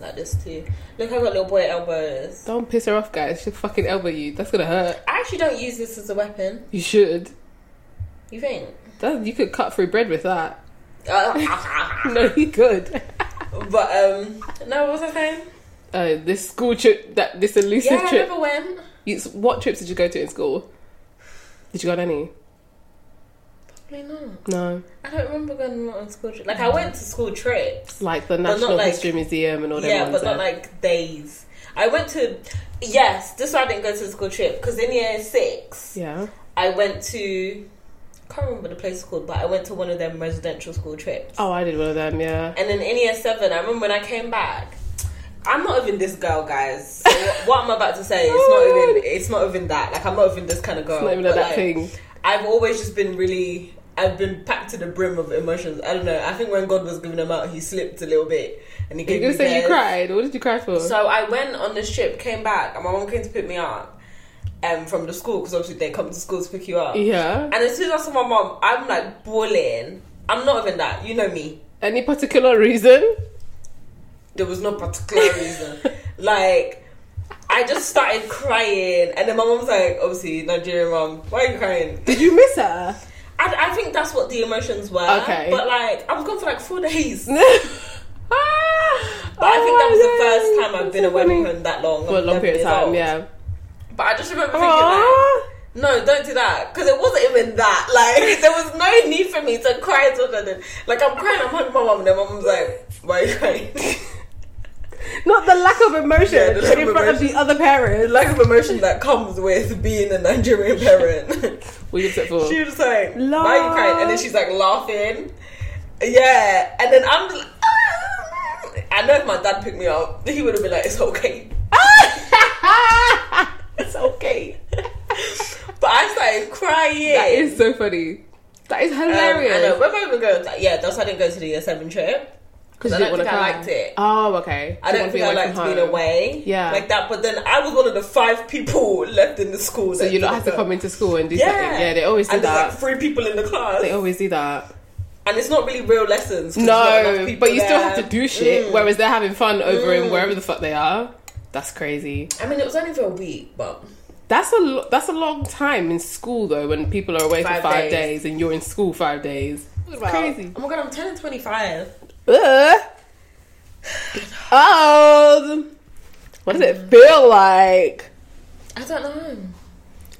Speaker 1: like this too. Look how got little boy elbows.
Speaker 2: Don't piss her off, guys. She'll fucking elbow you. That's gonna hurt.
Speaker 1: I actually don't use this as a weapon.
Speaker 2: You should.
Speaker 1: You think?
Speaker 2: That, you could cut through bread with that.
Speaker 1: Uh,
Speaker 2: No, you could.
Speaker 1: but um, no. What was I saying?
Speaker 2: Uh, this school trip, that this elusive
Speaker 1: yeah, I
Speaker 2: trip.
Speaker 1: never went.
Speaker 2: You, what trips did you go to in school? Did you go on any?
Speaker 1: Probably not.
Speaker 2: No,
Speaker 1: I don't remember going on school trips. Like I went to school trips.
Speaker 2: like the
Speaker 1: not
Speaker 2: National
Speaker 1: like-
Speaker 2: History Museum and all that.
Speaker 1: yeah, but not like days. I went to yes. This why I didn't go to the school trip because in year six
Speaker 2: yeah.
Speaker 1: I went to. Can't remember the place called, but I went to one of them residential school trips.
Speaker 2: Oh, I did one of them. Yeah.
Speaker 1: And then in year seven, I remember when I came back. I'm not even this girl, guys. So what- what I'm about to say, it's not even. It's not even that. Like I'm not even this kind of girl.
Speaker 2: It's not even
Speaker 1: But,
Speaker 2: that
Speaker 1: like,
Speaker 2: thing.
Speaker 1: I've always just been really. I've been packed to the brim of emotions. I don't know. I think when God was giving them out, He slipped a little bit, and He
Speaker 2: You're
Speaker 1: gave
Speaker 2: gonna
Speaker 1: me
Speaker 2: say
Speaker 1: theirs.
Speaker 2: you cried. What did you cry for?
Speaker 1: So I went on this trip, came back, and my mom came to pick me up, um, from the school because obviously they come to school to pick you up.
Speaker 2: yeah.
Speaker 1: And as soon as I saw my mom, I'm like bawling. I'm not even that. You know me.
Speaker 2: Any particular reason?
Speaker 1: There was no particular reason. like, I just started crying, and then my mom's like, obviously Nigerian mom, why are you crying?
Speaker 2: Did you miss her?
Speaker 1: I, I think that's what the emotions were.
Speaker 2: Okay.
Speaker 1: But like, I was gone for like four days.
Speaker 2: but
Speaker 1: But I think that was the first time I've been away from home that long.
Speaker 2: Oh, for a
Speaker 1: I'm
Speaker 2: long period
Speaker 1: 11 years
Speaker 2: of time.
Speaker 1: old.
Speaker 2: Yeah.
Speaker 1: But I just remember thinking like.
Speaker 2: Aww.
Speaker 1: No, don't do that. Because it wasn't even that. Like, there was no need for me to cry. To the, like, I'm crying, I'm hugging my mum, and then my mum's like, why are you crying?
Speaker 2: Not the lack of emotion
Speaker 1: Yeah, the lack
Speaker 2: in
Speaker 1: of
Speaker 2: front of the other
Speaker 1: the
Speaker 2: parent.
Speaker 1: lack of emotion that comes with being a Nigerian parent.
Speaker 2: What you upset for?
Speaker 1: she was like, why are you crying? And then she's like laughing. Yeah. And then I'm like, "Ah." I know if my dad picked me up, he would have been like, it's okay.
Speaker 2: it's okay.
Speaker 1: But I started crying.
Speaker 2: That is so funny. That is
Speaker 1: Um, I know.
Speaker 2: hilarious.
Speaker 1: Where am I even going? Yeah, that's why I didn't go to the year seven trip.
Speaker 2: Because
Speaker 1: I
Speaker 2: you didn't
Speaker 1: don't
Speaker 2: want to
Speaker 1: think I
Speaker 2: cry.
Speaker 1: liked it.
Speaker 2: Oh, okay.
Speaker 1: I
Speaker 2: You
Speaker 1: don't
Speaker 2: wanna be
Speaker 1: think I
Speaker 2: away
Speaker 1: liked
Speaker 2: from
Speaker 1: being
Speaker 2: home.
Speaker 1: away.
Speaker 2: Yeah.
Speaker 1: Like that. But then I was one of the five people left in the school.
Speaker 2: So you don't have to come into school and do something. Yeah, they always do
Speaker 1: and
Speaker 2: that.
Speaker 1: There's like three people in the class.
Speaker 2: they always do that.
Speaker 1: and it's not really real lessons. 'cause there's not
Speaker 2: No,
Speaker 1: enough people
Speaker 2: but you still
Speaker 1: there.
Speaker 2: have to do shit.
Speaker 1: Mm.
Speaker 2: Whereas they're having fun over in wherever the fuck they are. That's crazy.
Speaker 1: I mean, it was only for a week, but
Speaker 2: That's a lo- that's a long time in school though. When people are away
Speaker 1: Five
Speaker 2: for five days.
Speaker 1: days.
Speaker 2: and you're in school five days. Crazy.
Speaker 1: Oh my god, I'm turning 25.
Speaker 2: Ugh. Oh, what does it feel like?
Speaker 1: I don't know.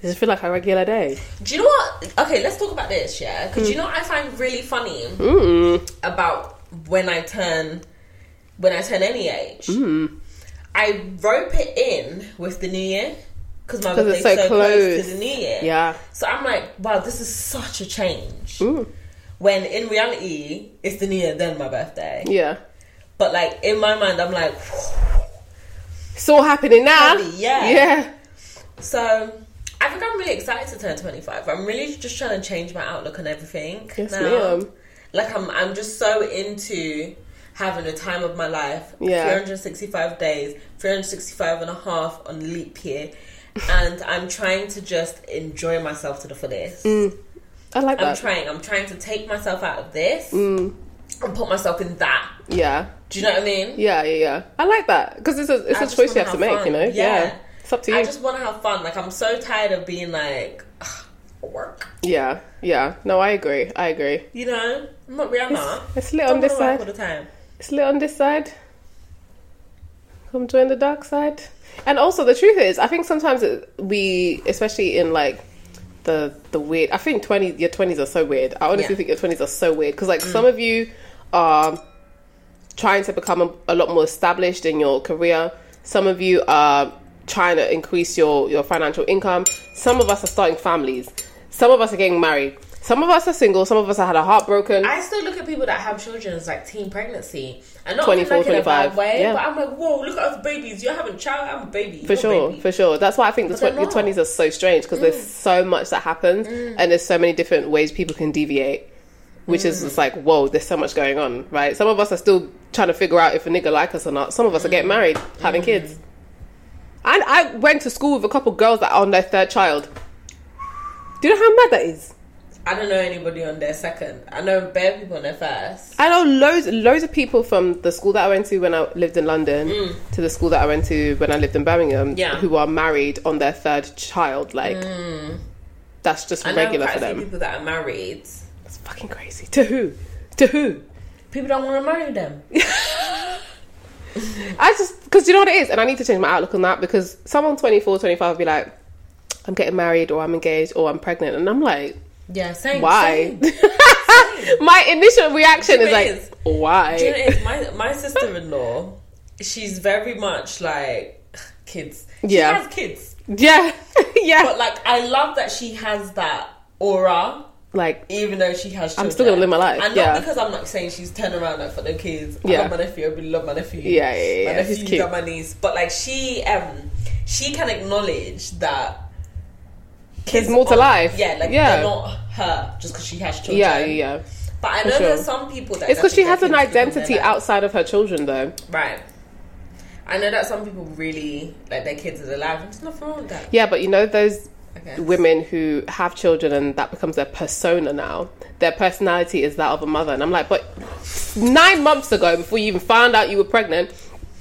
Speaker 2: Does it feel like a regular day?
Speaker 1: Do you know what? Okay, let's talk about this, yeah.
Speaker 2: Hmm.
Speaker 1: Because you know what I find really funny
Speaker 2: Mm.
Speaker 1: about when I turn when I turn any age.
Speaker 2: Mm.
Speaker 1: I rope it in with the new year because my
Speaker 2: 'Cause
Speaker 1: birthday's so,
Speaker 2: it's so
Speaker 1: close.
Speaker 2: close.
Speaker 1: to the new year.
Speaker 2: Yeah.
Speaker 1: So I'm like, wow, this is such a change.
Speaker 2: Mm.
Speaker 1: When in reality, it's the new year then my birthday.
Speaker 2: Yeah.
Speaker 1: But like in my mind, I'm like,
Speaker 2: It's all happening now.
Speaker 1: Happy, yeah.
Speaker 2: Yeah.
Speaker 1: so. I think I'm really excited to turn 25. I'm really just trying to change my outlook on everything.
Speaker 2: Yes,
Speaker 1: now.
Speaker 2: ma'am.
Speaker 1: Like I'm, I'm just so into having the time of my life.
Speaker 2: Yeah.
Speaker 1: 365 days, 365 and a half on leap year. and I'm trying to just enjoy myself to the fullest.
Speaker 2: I
Speaker 1: I'm
Speaker 2: like Mm, that.
Speaker 1: trying. I'm trying to take myself out of this
Speaker 2: Mm.
Speaker 1: and put myself in that.
Speaker 2: Yeah.
Speaker 1: Do you know what I mean?
Speaker 2: Yeah. Yeah. Yeah. I like that because it's a it's
Speaker 1: I
Speaker 2: a
Speaker 1: just
Speaker 2: choice you
Speaker 1: wanna
Speaker 2: have to
Speaker 1: have
Speaker 2: make.
Speaker 1: fun.
Speaker 2: You know.
Speaker 1: Yeah.
Speaker 2: It's up to you.
Speaker 1: I just want to have fun. Like I'm so tired of being like "Ugh, work.
Speaker 2: Yeah. Yeah. No, I agree. I agree.
Speaker 1: You know, I'm not Rihanna.
Speaker 2: It's lit
Speaker 1: Don't
Speaker 2: on this
Speaker 1: wanna work
Speaker 2: side.
Speaker 1: all the time.
Speaker 2: It's lit on this side. Come join the dark side. And also, the truth is, I think sometimes it, we, especially in like the the weird. I think twenty your twenties are so weird. I honestly
Speaker 1: Yeah.
Speaker 2: think your twenties are so weird because like some of you are trying to become a, a lot more established in your career. Some of you are trying to increase your your financial income. Some of us are starting families. Some of us are getting married. Some of us are single. Some of us have had a heartbroken.
Speaker 1: I still look at people that have children as like teen pregnancy, and not even
Speaker 2: 24,
Speaker 1: like in a
Speaker 2: 25,
Speaker 1: bad way.
Speaker 2: yeah.
Speaker 1: But I'm like, whoa, look at us babies. You're having a child. I'm a baby. You're
Speaker 2: for
Speaker 1: a
Speaker 2: sure,
Speaker 1: baby.
Speaker 2: for sure. That's why I think the
Speaker 1: they're
Speaker 2: tw- your
Speaker 1: not. Mm.
Speaker 2: twenties are so strange because there's so much that happens, and there's so many different ways people can deviate, which is
Speaker 1: Mm.
Speaker 2: just like, whoa, there's so much going on, right? Some of us are still trying to figure out if a nigga like us or not. Some of us are
Speaker 1: Mm.
Speaker 2: getting married, having kids. And I went to school with a couple girls that are on their third child. Do you know how mad that is?
Speaker 1: I don't know anybody on their second. I know bare people on their first.
Speaker 2: I know loads, loads of people from the school that I went to when I lived in London to the school that I went to when I lived in Birmingham,
Speaker 1: Mm. Yeah.
Speaker 2: who are married on their third child. Like, that's just
Speaker 1: Mm. I know
Speaker 2: regular
Speaker 1: quite
Speaker 2: for
Speaker 1: a few
Speaker 2: them.
Speaker 1: people that are married.
Speaker 2: It's fucking crazy. To who? To who?
Speaker 1: People don't want to marry them.
Speaker 2: I just because you know what it is, and I need to change my outlook on that because someone 24, 25 would be like, "I'm getting married," or "I'm engaged," or "I'm pregnant," and I'm like,
Speaker 1: Yeah, same.
Speaker 2: "Why?"
Speaker 1: same.
Speaker 2: my initial reaction
Speaker 1: Do you
Speaker 2: is
Speaker 1: know
Speaker 2: like,
Speaker 1: it is?
Speaker 2: "Why?"
Speaker 1: Do you know what it is? my my sister in law, she's very much like kids. She
Speaker 2: Yeah.
Speaker 1: has kids,
Speaker 2: yeah, yeah.
Speaker 1: but like I love that she has that aura.
Speaker 2: like,
Speaker 1: Even though she has, children.
Speaker 2: I'm still gonna live my life,
Speaker 1: and
Speaker 2: yeah.
Speaker 1: not because I'm like saying she's turning around like for the kids. I
Speaker 2: Yeah.
Speaker 1: love my nephew. I really love my nephew.
Speaker 2: Yeah, yeah, yeah,
Speaker 1: My
Speaker 2: yeah.
Speaker 1: nephew,
Speaker 2: He's cute.
Speaker 1: got my niece. But like she, um, she can acknowledge that
Speaker 2: There's more to
Speaker 1: aren't-
Speaker 2: life.
Speaker 1: Yeah, like
Speaker 2: Yeah.
Speaker 1: they're not her just because she has children.
Speaker 2: yeah, yeah, yeah.
Speaker 1: But I
Speaker 2: For
Speaker 1: know
Speaker 2: sure.
Speaker 1: there's some people that
Speaker 2: It's because she has an
Speaker 1: definitely become
Speaker 2: identity
Speaker 1: their, like,
Speaker 2: outside of her children, though.
Speaker 1: Right. I know that some people really like their kids are alive. There's nothing wrong with that.
Speaker 2: Yeah, but you know those
Speaker 1: Okay.
Speaker 2: women who have children and that becomes their persona now. Their personality is that of a mother, and I'm like, but nine months ago, before you even found out you were pregnant,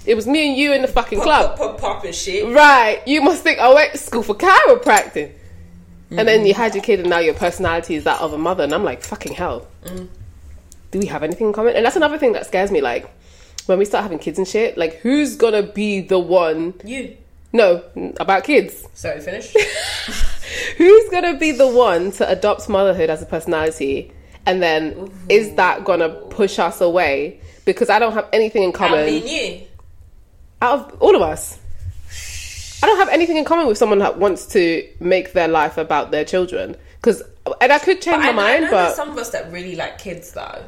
Speaker 2: it was me and you in the fucking
Speaker 1: Pop,
Speaker 2: club,
Speaker 1: pop, pop, pop and shit.
Speaker 2: right? You must think I went to school for chiropractic, and then you had your kid, and now your personality is that of a mother, and I'm like, fucking hell. Do we have anything in common? And that's another thing that scares me, like. When we start having kids and shit, like who's gonna be the one
Speaker 1: You.
Speaker 2: no, n- about kids.
Speaker 1: Sorry, finish.
Speaker 2: Who's gonna be the one to adopt motherhood as a personality? And then is that gonna push us away? Because I don't have anything in
Speaker 1: I
Speaker 2: common
Speaker 1: mean you.
Speaker 2: out of all of us. I don't have anything in common with someone that wants to make their life about their children. Because and I could change
Speaker 1: I,
Speaker 2: my
Speaker 1: I
Speaker 2: mind,
Speaker 1: know
Speaker 2: but
Speaker 1: there's some of us that really like kids though.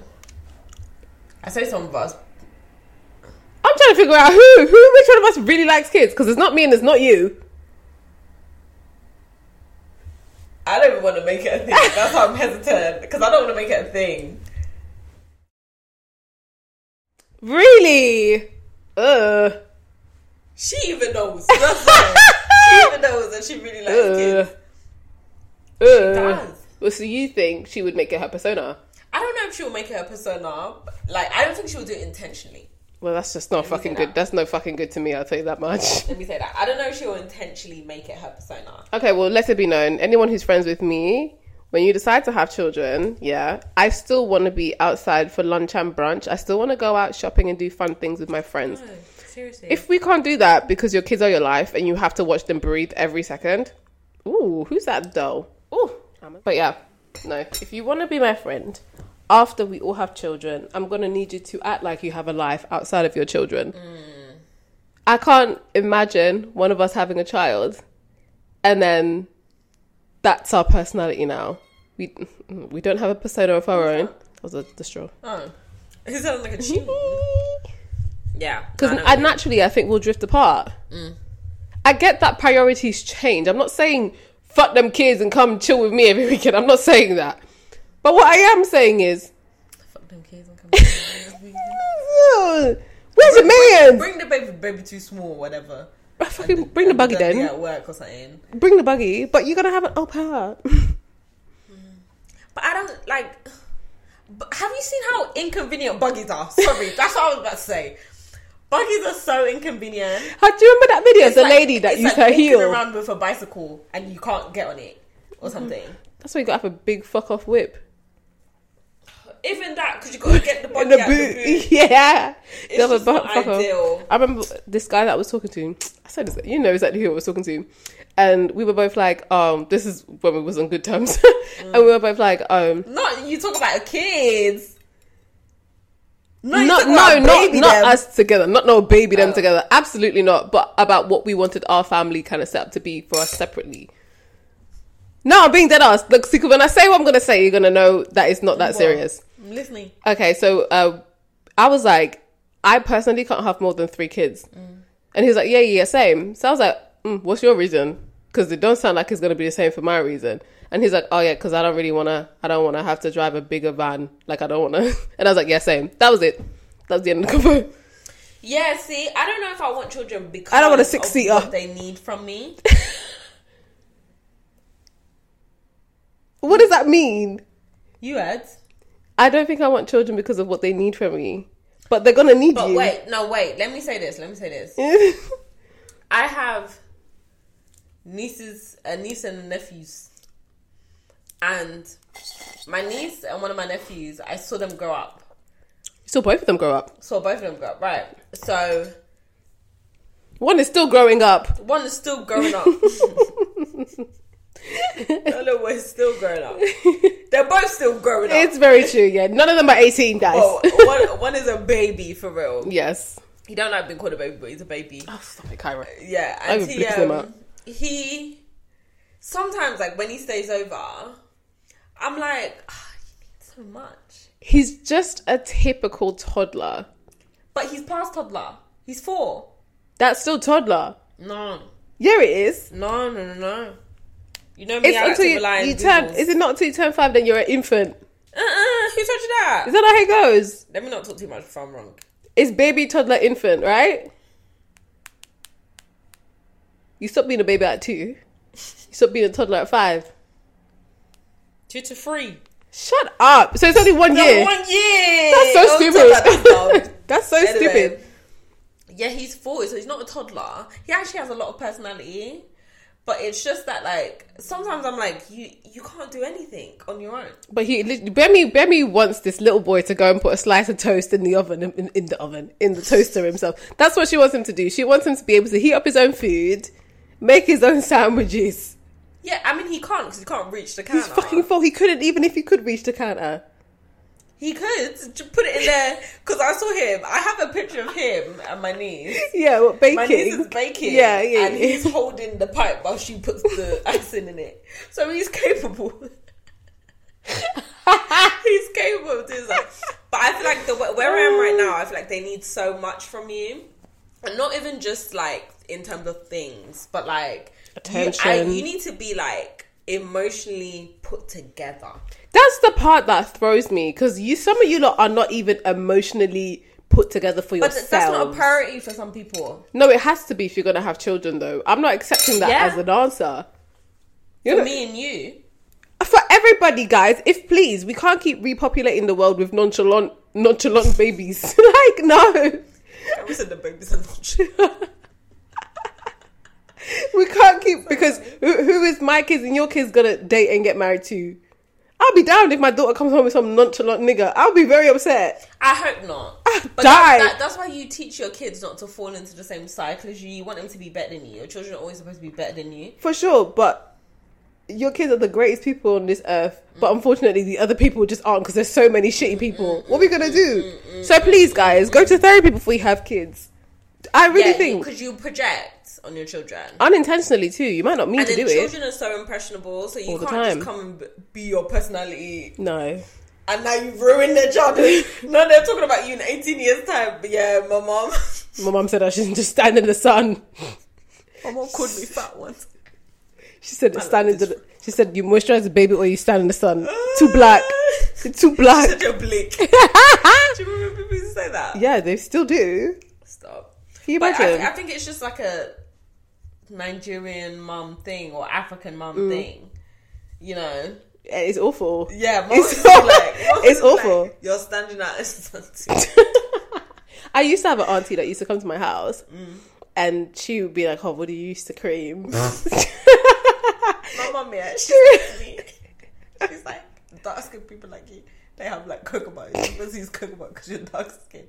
Speaker 1: I say some of us.
Speaker 2: I'm trying to figure out who, who, which one of us really likes kids? Because it's not me and it's not you.
Speaker 1: I don't even want to make it a thing. That's why I'm hesitant because I don't want to make it a thing.
Speaker 2: Really? Ugh.
Speaker 1: She even knows. That's all. she even knows that she really likes
Speaker 2: Ugh.
Speaker 1: kids.
Speaker 2: Ugh.
Speaker 1: does.
Speaker 2: Uh, Well, so you think she would make it her persona?
Speaker 1: I don't know if she'll make it her persona. but, Like, I don't think she'll do it intentionally.
Speaker 2: Well, that's just not fucking
Speaker 1: say
Speaker 2: good.
Speaker 1: that.
Speaker 2: That's no fucking good to me. I'll tell you that much.
Speaker 1: Let me say that. I don't know if she'll intentionally make it her persona.
Speaker 2: Okay, well, let it be known. Anyone who's friends with me, when you decide to have children, yeah, I still want to be outside for lunch and brunch. I still want to go out shopping and do fun things with my friends.
Speaker 1: seriously.
Speaker 2: If we can't do that because your kids are your life and you have to watch them breathe every second, ooh, who's that doll? Ooh, I'm a- but yeah, no. If you want to be my friend after we all have children, I'm gonna need you to act like you have a life outside of your children. I can't imagine one of us having a child and then that's our personality now. We we don't have a persona of our own. That was a, the straw.
Speaker 1: oh. It sounds like a cheat. yeah.
Speaker 2: Because
Speaker 1: know.
Speaker 2: I naturally, I think we'll drift apart. I get that priorities change. I'm not saying fuck them kids and come chill with me every weekend. I'm not saying that. But what I am saying is,
Speaker 1: Fuck them kids. I'm coming.
Speaker 2: where's your man?
Speaker 1: Bring
Speaker 2: Bring,
Speaker 1: the baby, baby too small, whatever.
Speaker 2: fucking, bring the buggy
Speaker 1: Daddy
Speaker 2: then.
Speaker 1: At work or something.
Speaker 2: Bring the buggy. But you're gonna have an au pair.
Speaker 1: But I don't like. But have you seen how inconvenient buggies are? Sorry, that's what I was about to say. Buggies are so inconvenient.
Speaker 2: How do you remember that video?
Speaker 1: It's
Speaker 2: the
Speaker 1: like-
Speaker 2: lady that
Speaker 1: it's
Speaker 2: used
Speaker 1: like
Speaker 2: her
Speaker 1: walking
Speaker 2: heel. Mm-hmm.
Speaker 1: around with a bicycle and you can't get on it or something.
Speaker 2: That's why you got to have a big fuck off whip.
Speaker 1: Even that, because you got to get the buggy
Speaker 2: In the
Speaker 1: out
Speaker 2: boot.
Speaker 1: the boot.
Speaker 2: Yeah.
Speaker 1: It's
Speaker 2: They'll have a
Speaker 1: just not
Speaker 2: bu- fuck off.
Speaker 1: ideal.
Speaker 2: I remember this guy that I was talking to. I said, this, you know exactly who I was talking to, and we were both like, um, this is when we was on good terms, and we were both like, um,
Speaker 1: Not you talk about kids. No, you
Speaker 2: not
Speaker 1: talk about
Speaker 2: no, not
Speaker 1: baby
Speaker 2: not
Speaker 1: them.
Speaker 2: us together, not no baby them
Speaker 1: Oh.
Speaker 2: together, absolutely not. But about what we wanted our family kind of set up to be for us separately. No, I'm being dead ass. Look, see, when I say what I'm gonna say, you're gonna know that it's not that
Speaker 1: What?
Speaker 2: serious.
Speaker 1: I'm listening.
Speaker 2: Okay, so uh, I was like, I personally can't have more than three kids, and he was like, yeah, yeah, same. So I was like, mm, what's your reason? Because it don't sound like it's gonna be the same for my reason. And he's like, oh yeah, because I don't really wanna, I don't wanna have to drive a bigger van. Like I don't wanna. And I was like, yeah, same. That was it. That was the end of the convo.
Speaker 1: Yeah, see, I don't know if I want children because
Speaker 2: I don't want a
Speaker 1: of
Speaker 2: six-seater.
Speaker 1: what They need from me.
Speaker 2: What does that mean?
Speaker 1: You had,
Speaker 2: I don't think I want children because of what they need from me, but they're gonna need
Speaker 1: but
Speaker 2: you.
Speaker 1: wait, no, wait. Let me say this. Let me say this. I have nieces, a niece and nephews, and my niece and one of my nephews. I saw them grow up.
Speaker 2: so both of them grow up.
Speaker 1: Saw both of them grow up. Right. So
Speaker 2: One is still growing up.
Speaker 1: one is still growing up. the other one is still growing up. They're both still growing up.
Speaker 2: It's very true. Yeah, none of them are 18, guys.
Speaker 1: Oh, one, one is a baby for real.
Speaker 2: Yes.
Speaker 1: He don't like being called a baby, but he's a baby.
Speaker 2: Oh, stop it, Kyra.
Speaker 1: Yeah,
Speaker 2: I
Speaker 1: and
Speaker 2: would
Speaker 1: he,
Speaker 2: blip them
Speaker 1: um,
Speaker 2: out.
Speaker 1: he sometimes like when he stays over, I'm like, ah, you need so much.
Speaker 2: He's just a typical toddler.
Speaker 1: But he's past toddler. He's four.
Speaker 2: That's still toddler.
Speaker 1: No,
Speaker 2: Yeah, it is.
Speaker 1: no, no, no, no. You know me.
Speaker 2: It's
Speaker 1: I like to
Speaker 2: until you,
Speaker 1: rely on
Speaker 2: you turn.
Speaker 1: Googles.
Speaker 2: Is it not until you turn five then you're an infant?
Speaker 1: Uh-uh, who told you that?
Speaker 2: Is that how it goes?
Speaker 1: Let me not talk too much if I'm wrong.
Speaker 2: It's baby, toddler, infant, right? You stop being a baby at two. You stop being a toddler at five.
Speaker 1: Two to three.
Speaker 2: Shut up. So it's only one
Speaker 1: No,
Speaker 2: year.
Speaker 1: one year.
Speaker 2: That's so
Speaker 1: Don't talk
Speaker 2: stupid.
Speaker 1: about this, dog.
Speaker 2: That's so
Speaker 1: Anyway.
Speaker 2: stupid.
Speaker 1: yeah, he's four, so he's not a toddler. He actually has a lot of personality, but it's just that like sometimes I'm like, you you can't do anything on your own.
Speaker 2: But he, lit- Bemi, Bemi wants this little boy to go and put a slice of toast in the oven, in, in the oven, in the toaster himself. That's what she wants him to do. She wants him to be able to heat up his own food, make his own sandwiches.
Speaker 1: Yeah, I mean he can't because he can't reach the counter.
Speaker 2: He's fucking full. He couldn't even if he could reach the counter.
Speaker 1: he could j- put it in there because I saw him. I have a picture of him and my niece.
Speaker 2: Yeah, well, baking.
Speaker 1: My niece is baking.
Speaker 2: Yeah, yeah.
Speaker 1: And he's holding the pipe while she puts the icing in it. So he's capable. he's capable of doing that. But I feel like the where where I am right now, I feel like they need so much from you, and not even just like in terms of things, but like You, I,
Speaker 2: Attention.
Speaker 1: you need to be like emotionally put together.
Speaker 2: That's the part that throws me because you, some of you lot, are not even emotionally put together for
Speaker 1: But
Speaker 2: yourselves.
Speaker 1: th- that's not a priority for some people.
Speaker 2: no, it has to be if you're gonna have children. Though I'm not accepting that
Speaker 1: Yeah.
Speaker 2: as an answer. You're
Speaker 1: For
Speaker 2: not-
Speaker 1: me and you,
Speaker 2: for everybody, guys. If please, we can't keep repopulating the world with nonchalant, nonchalant babies. like no,
Speaker 1: I was in the babies and
Speaker 2: we can't keep because who, who is my kids and your kids gonna date and get married to? I'll be down if my daughter comes home with some nonchalant nigga. I'll be very upset.
Speaker 1: I hope not. But
Speaker 2: Ah, die.
Speaker 1: That, that, that's why you teach your kids not to fall into the same cycle as you. You want them to be better than you. Your children are always supposed to be better than you.
Speaker 2: For sure, but your kids are the greatest people on this earth. But unfortunately, the other people just aren't because there's so many shitty people. What are we gonna do? So please, guys, go to therapy before you have kids. I really think
Speaker 1: because you project on your children.
Speaker 2: unintentionally too. You might not mean
Speaker 1: and
Speaker 2: to
Speaker 1: then
Speaker 2: do it.
Speaker 1: children are so impressionable, so you
Speaker 2: All the
Speaker 1: can't
Speaker 2: time.
Speaker 1: just come and b- be your personality.
Speaker 2: No.
Speaker 1: And now you've ruined their childhood. no, they're talking about you in 18 years' time. But yeah, my mom,
Speaker 2: My mum said I should just stand in the sun.
Speaker 1: my mom called me fat once.
Speaker 2: She said stand in
Speaker 1: like
Speaker 2: the she said you moisturize the baby or you stand in the sun. Too black. You're Too black.
Speaker 1: Such a bleak. do you remember people say that?
Speaker 2: Yeah, they still do.
Speaker 1: Stop.
Speaker 2: Can you
Speaker 1: But I,
Speaker 2: imagine?
Speaker 1: I think it's just like a Nigerian mum thing or African mum
Speaker 2: Mm.
Speaker 1: thing. You know?
Speaker 2: It's awful.
Speaker 1: Yeah,
Speaker 2: It's
Speaker 1: mum's like,
Speaker 2: awful.
Speaker 1: mum's
Speaker 2: It's
Speaker 1: like,
Speaker 2: awful.
Speaker 1: You're standing out.
Speaker 2: I used to have an auntie that used to come to my house and she would be like, Oh, what do you use to cream?
Speaker 1: My mum, yeah, she's like me. She's like, dark skinned people like you, they have like coconut. You must use coconut because you're dark skinned.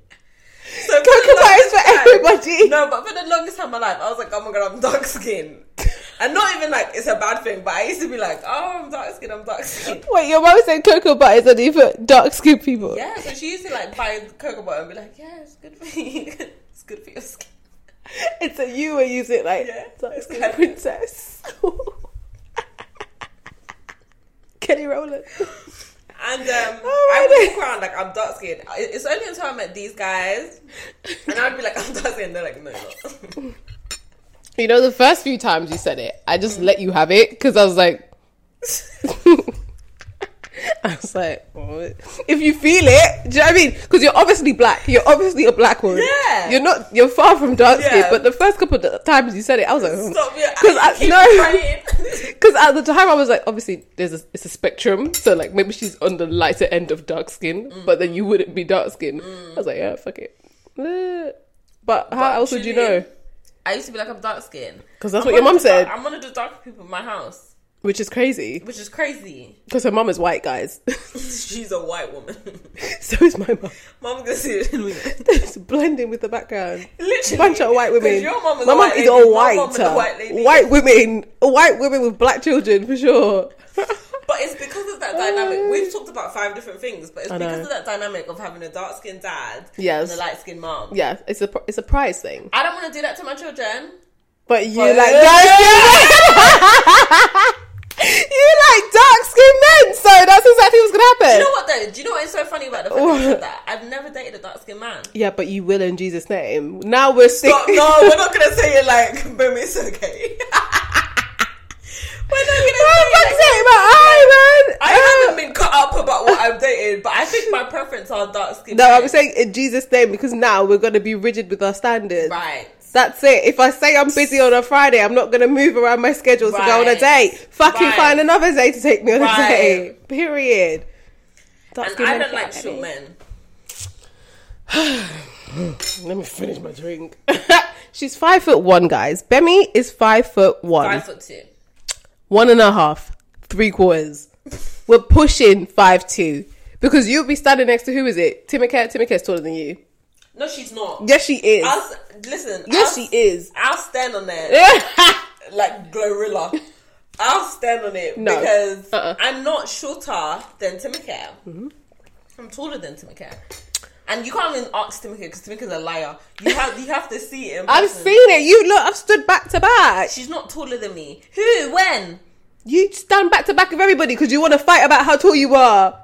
Speaker 1: So for the
Speaker 2: Coconut
Speaker 1: longest
Speaker 2: is for everybody.
Speaker 1: No, but for the longest time in my life, I was like, oh my god, I'm dark skinned. And not even like it's a bad thing, but I used to be like, oh, I'm dark skinned, I'm dark skinned.
Speaker 2: Wait, your mum said cocoa butter is only for dark skinned people.
Speaker 1: Yeah, so she used to like buy cocoa butter and be like, yeah, it's good for you. it's good for your skin.
Speaker 2: It's a you were using like
Speaker 1: Yeah.
Speaker 2: dark skinned princess. Kelly Rowland.
Speaker 1: And um,
Speaker 2: Oh my
Speaker 1: I
Speaker 2: days.
Speaker 1: would walk around like I'm dark skinned. It's only until I met these guys, and I'd be like I'm dark skinned. They're like no, you're not.
Speaker 2: You know, the first few times you said it, I just let you have it because I was like, I was like, what? if you feel it, do you know what I mean? Because you're obviously black. You're obviously a black woman.
Speaker 1: Yeah.
Speaker 2: You're not. You're far from dark skin.
Speaker 1: Yeah.
Speaker 2: But the first couple of times you said it, I was like,
Speaker 1: Stop me.
Speaker 2: Because I-
Speaker 1: keep
Speaker 2: no.
Speaker 1: trying.
Speaker 2: because at the time I was like, obviously there's a, it's a spectrum. So like maybe she's on the lighter end of dark skin,
Speaker 1: Mm.
Speaker 2: but then you wouldn't be dark skin. I was like, yeah, fuck it. Eh. But how else would you know?
Speaker 1: I used to be like I'm dark skinned.
Speaker 2: 'Cause that's what your mum said.
Speaker 1: I'm one of the dark people in my house,
Speaker 2: Which is crazy
Speaker 1: which is crazy.
Speaker 2: because her mum is white, guys.
Speaker 1: She's a white woman.
Speaker 2: so is my mum.
Speaker 1: Mum's gonna see it. Literally,
Speaker 2: Just blending with the background. Bunch of white
Speaker 1: 'cause
Speaker 2: women.
Speaker 1: Your mum is
Speaker 2: my
Speaker 1: a
Speaker 2: mum
Speaker 1: white
Speaker 2: is
Speaker 1: lady,
Speaker 2: all
Speaker 1: my
Speaker 2: white. uh,
Speaker 1: mum is a white lady.
Speaker 2: white women, white women with black children for sure.
Speaker 1: But it's because of that dynamic. We've talked about five different things, but it's
Speaker 2: I know.
Speaker 1: because of that dynamic of having a dark skinned dad
Speaker 2: Yes.
Speaker 1: and a light skinned mom.
Speaker 2: yeah, it's a it's a prize thing.
Speaker 1: I don't want to do that to my children.
Speaker 2: But you
Speaker 1: But-
Speaker 2: like dark skin men. you like dark skin men, so that's exactly what's gonna happen.
Speaker 1: You know what though? Do you know what is so funny about the fact that you said that? I've never dated a dark skinned man.
Speaker 2: yeah, but you will in Jesus' name. Now we're
Speaker 1: But
Speaker 2: sticking.
Speaker 1: no, we're not gonna say it like boom, it's okay. we're not gonna
Speaker 2: I'm
Speaker 1: say
Speaker 2: about
Speaker 1: it
Speaker 2: to
Speaker 1: like-
Speaker 2: say it, but I, man.
Speaker 1: I
Speaker 2: Uh,
Speaker 1: haven't been cut up about what I've dated, but I think my preference are dark skinned.
Speaker 2: No, I'm saying in Jesus' name because now we're gonna be rigid with our standards.
Speaker 1: right.
Speaker 2: That's it. If I say I'm busy on a Friday, I'm not going to move around my schedule to go on a
Speaker 1: Right.
Speaker 2: date. Fucking
Speaker 1: Right.
Speaker 2: find another day to take me on a
Speaker 1: Right.
Speaker 2: date. Period.
Speaker 1: And I don't like short men.
Speaker 2: Let me finish my drink. She's five foot one, guys. Bemi is five foot one.
Speaker 1: Five foot two.
Speaker 2: One and a half. Three quarters. We're pushing five two. Because you'll be standing next to who is it? Timika. Timika's taller than you.
Speaker 1: No, she's not.
Speaker 2: Yes, she is.
Speaker 1: I'll, s- listen.
Speaker 2: yes,
Speaker 1: I'll,
Speaker 2: she is.
Speaker 1: I'll stand on that.
Speaker 2: yeah,
Speaker 1: like gorilla. I'll stand on it
Speaker 2: No.
Speaker 1: because
Speaker 2: Uh-uh. Mm-hmm.
Speaker 1: I'm not shorter than Timika. I'm taller than Timika. And you can't even ask Timika because Timika's a liar. You have you have to see it. In
Speaker 2: I've
Speaker 1: person.
Speaker 2: seen it. You look. I've stood back to back.
Speaker 1: She's not taller than me. Who? When?
Speaker 2: You stand back to back of everybody because you want to fight about how tall you are. Mm.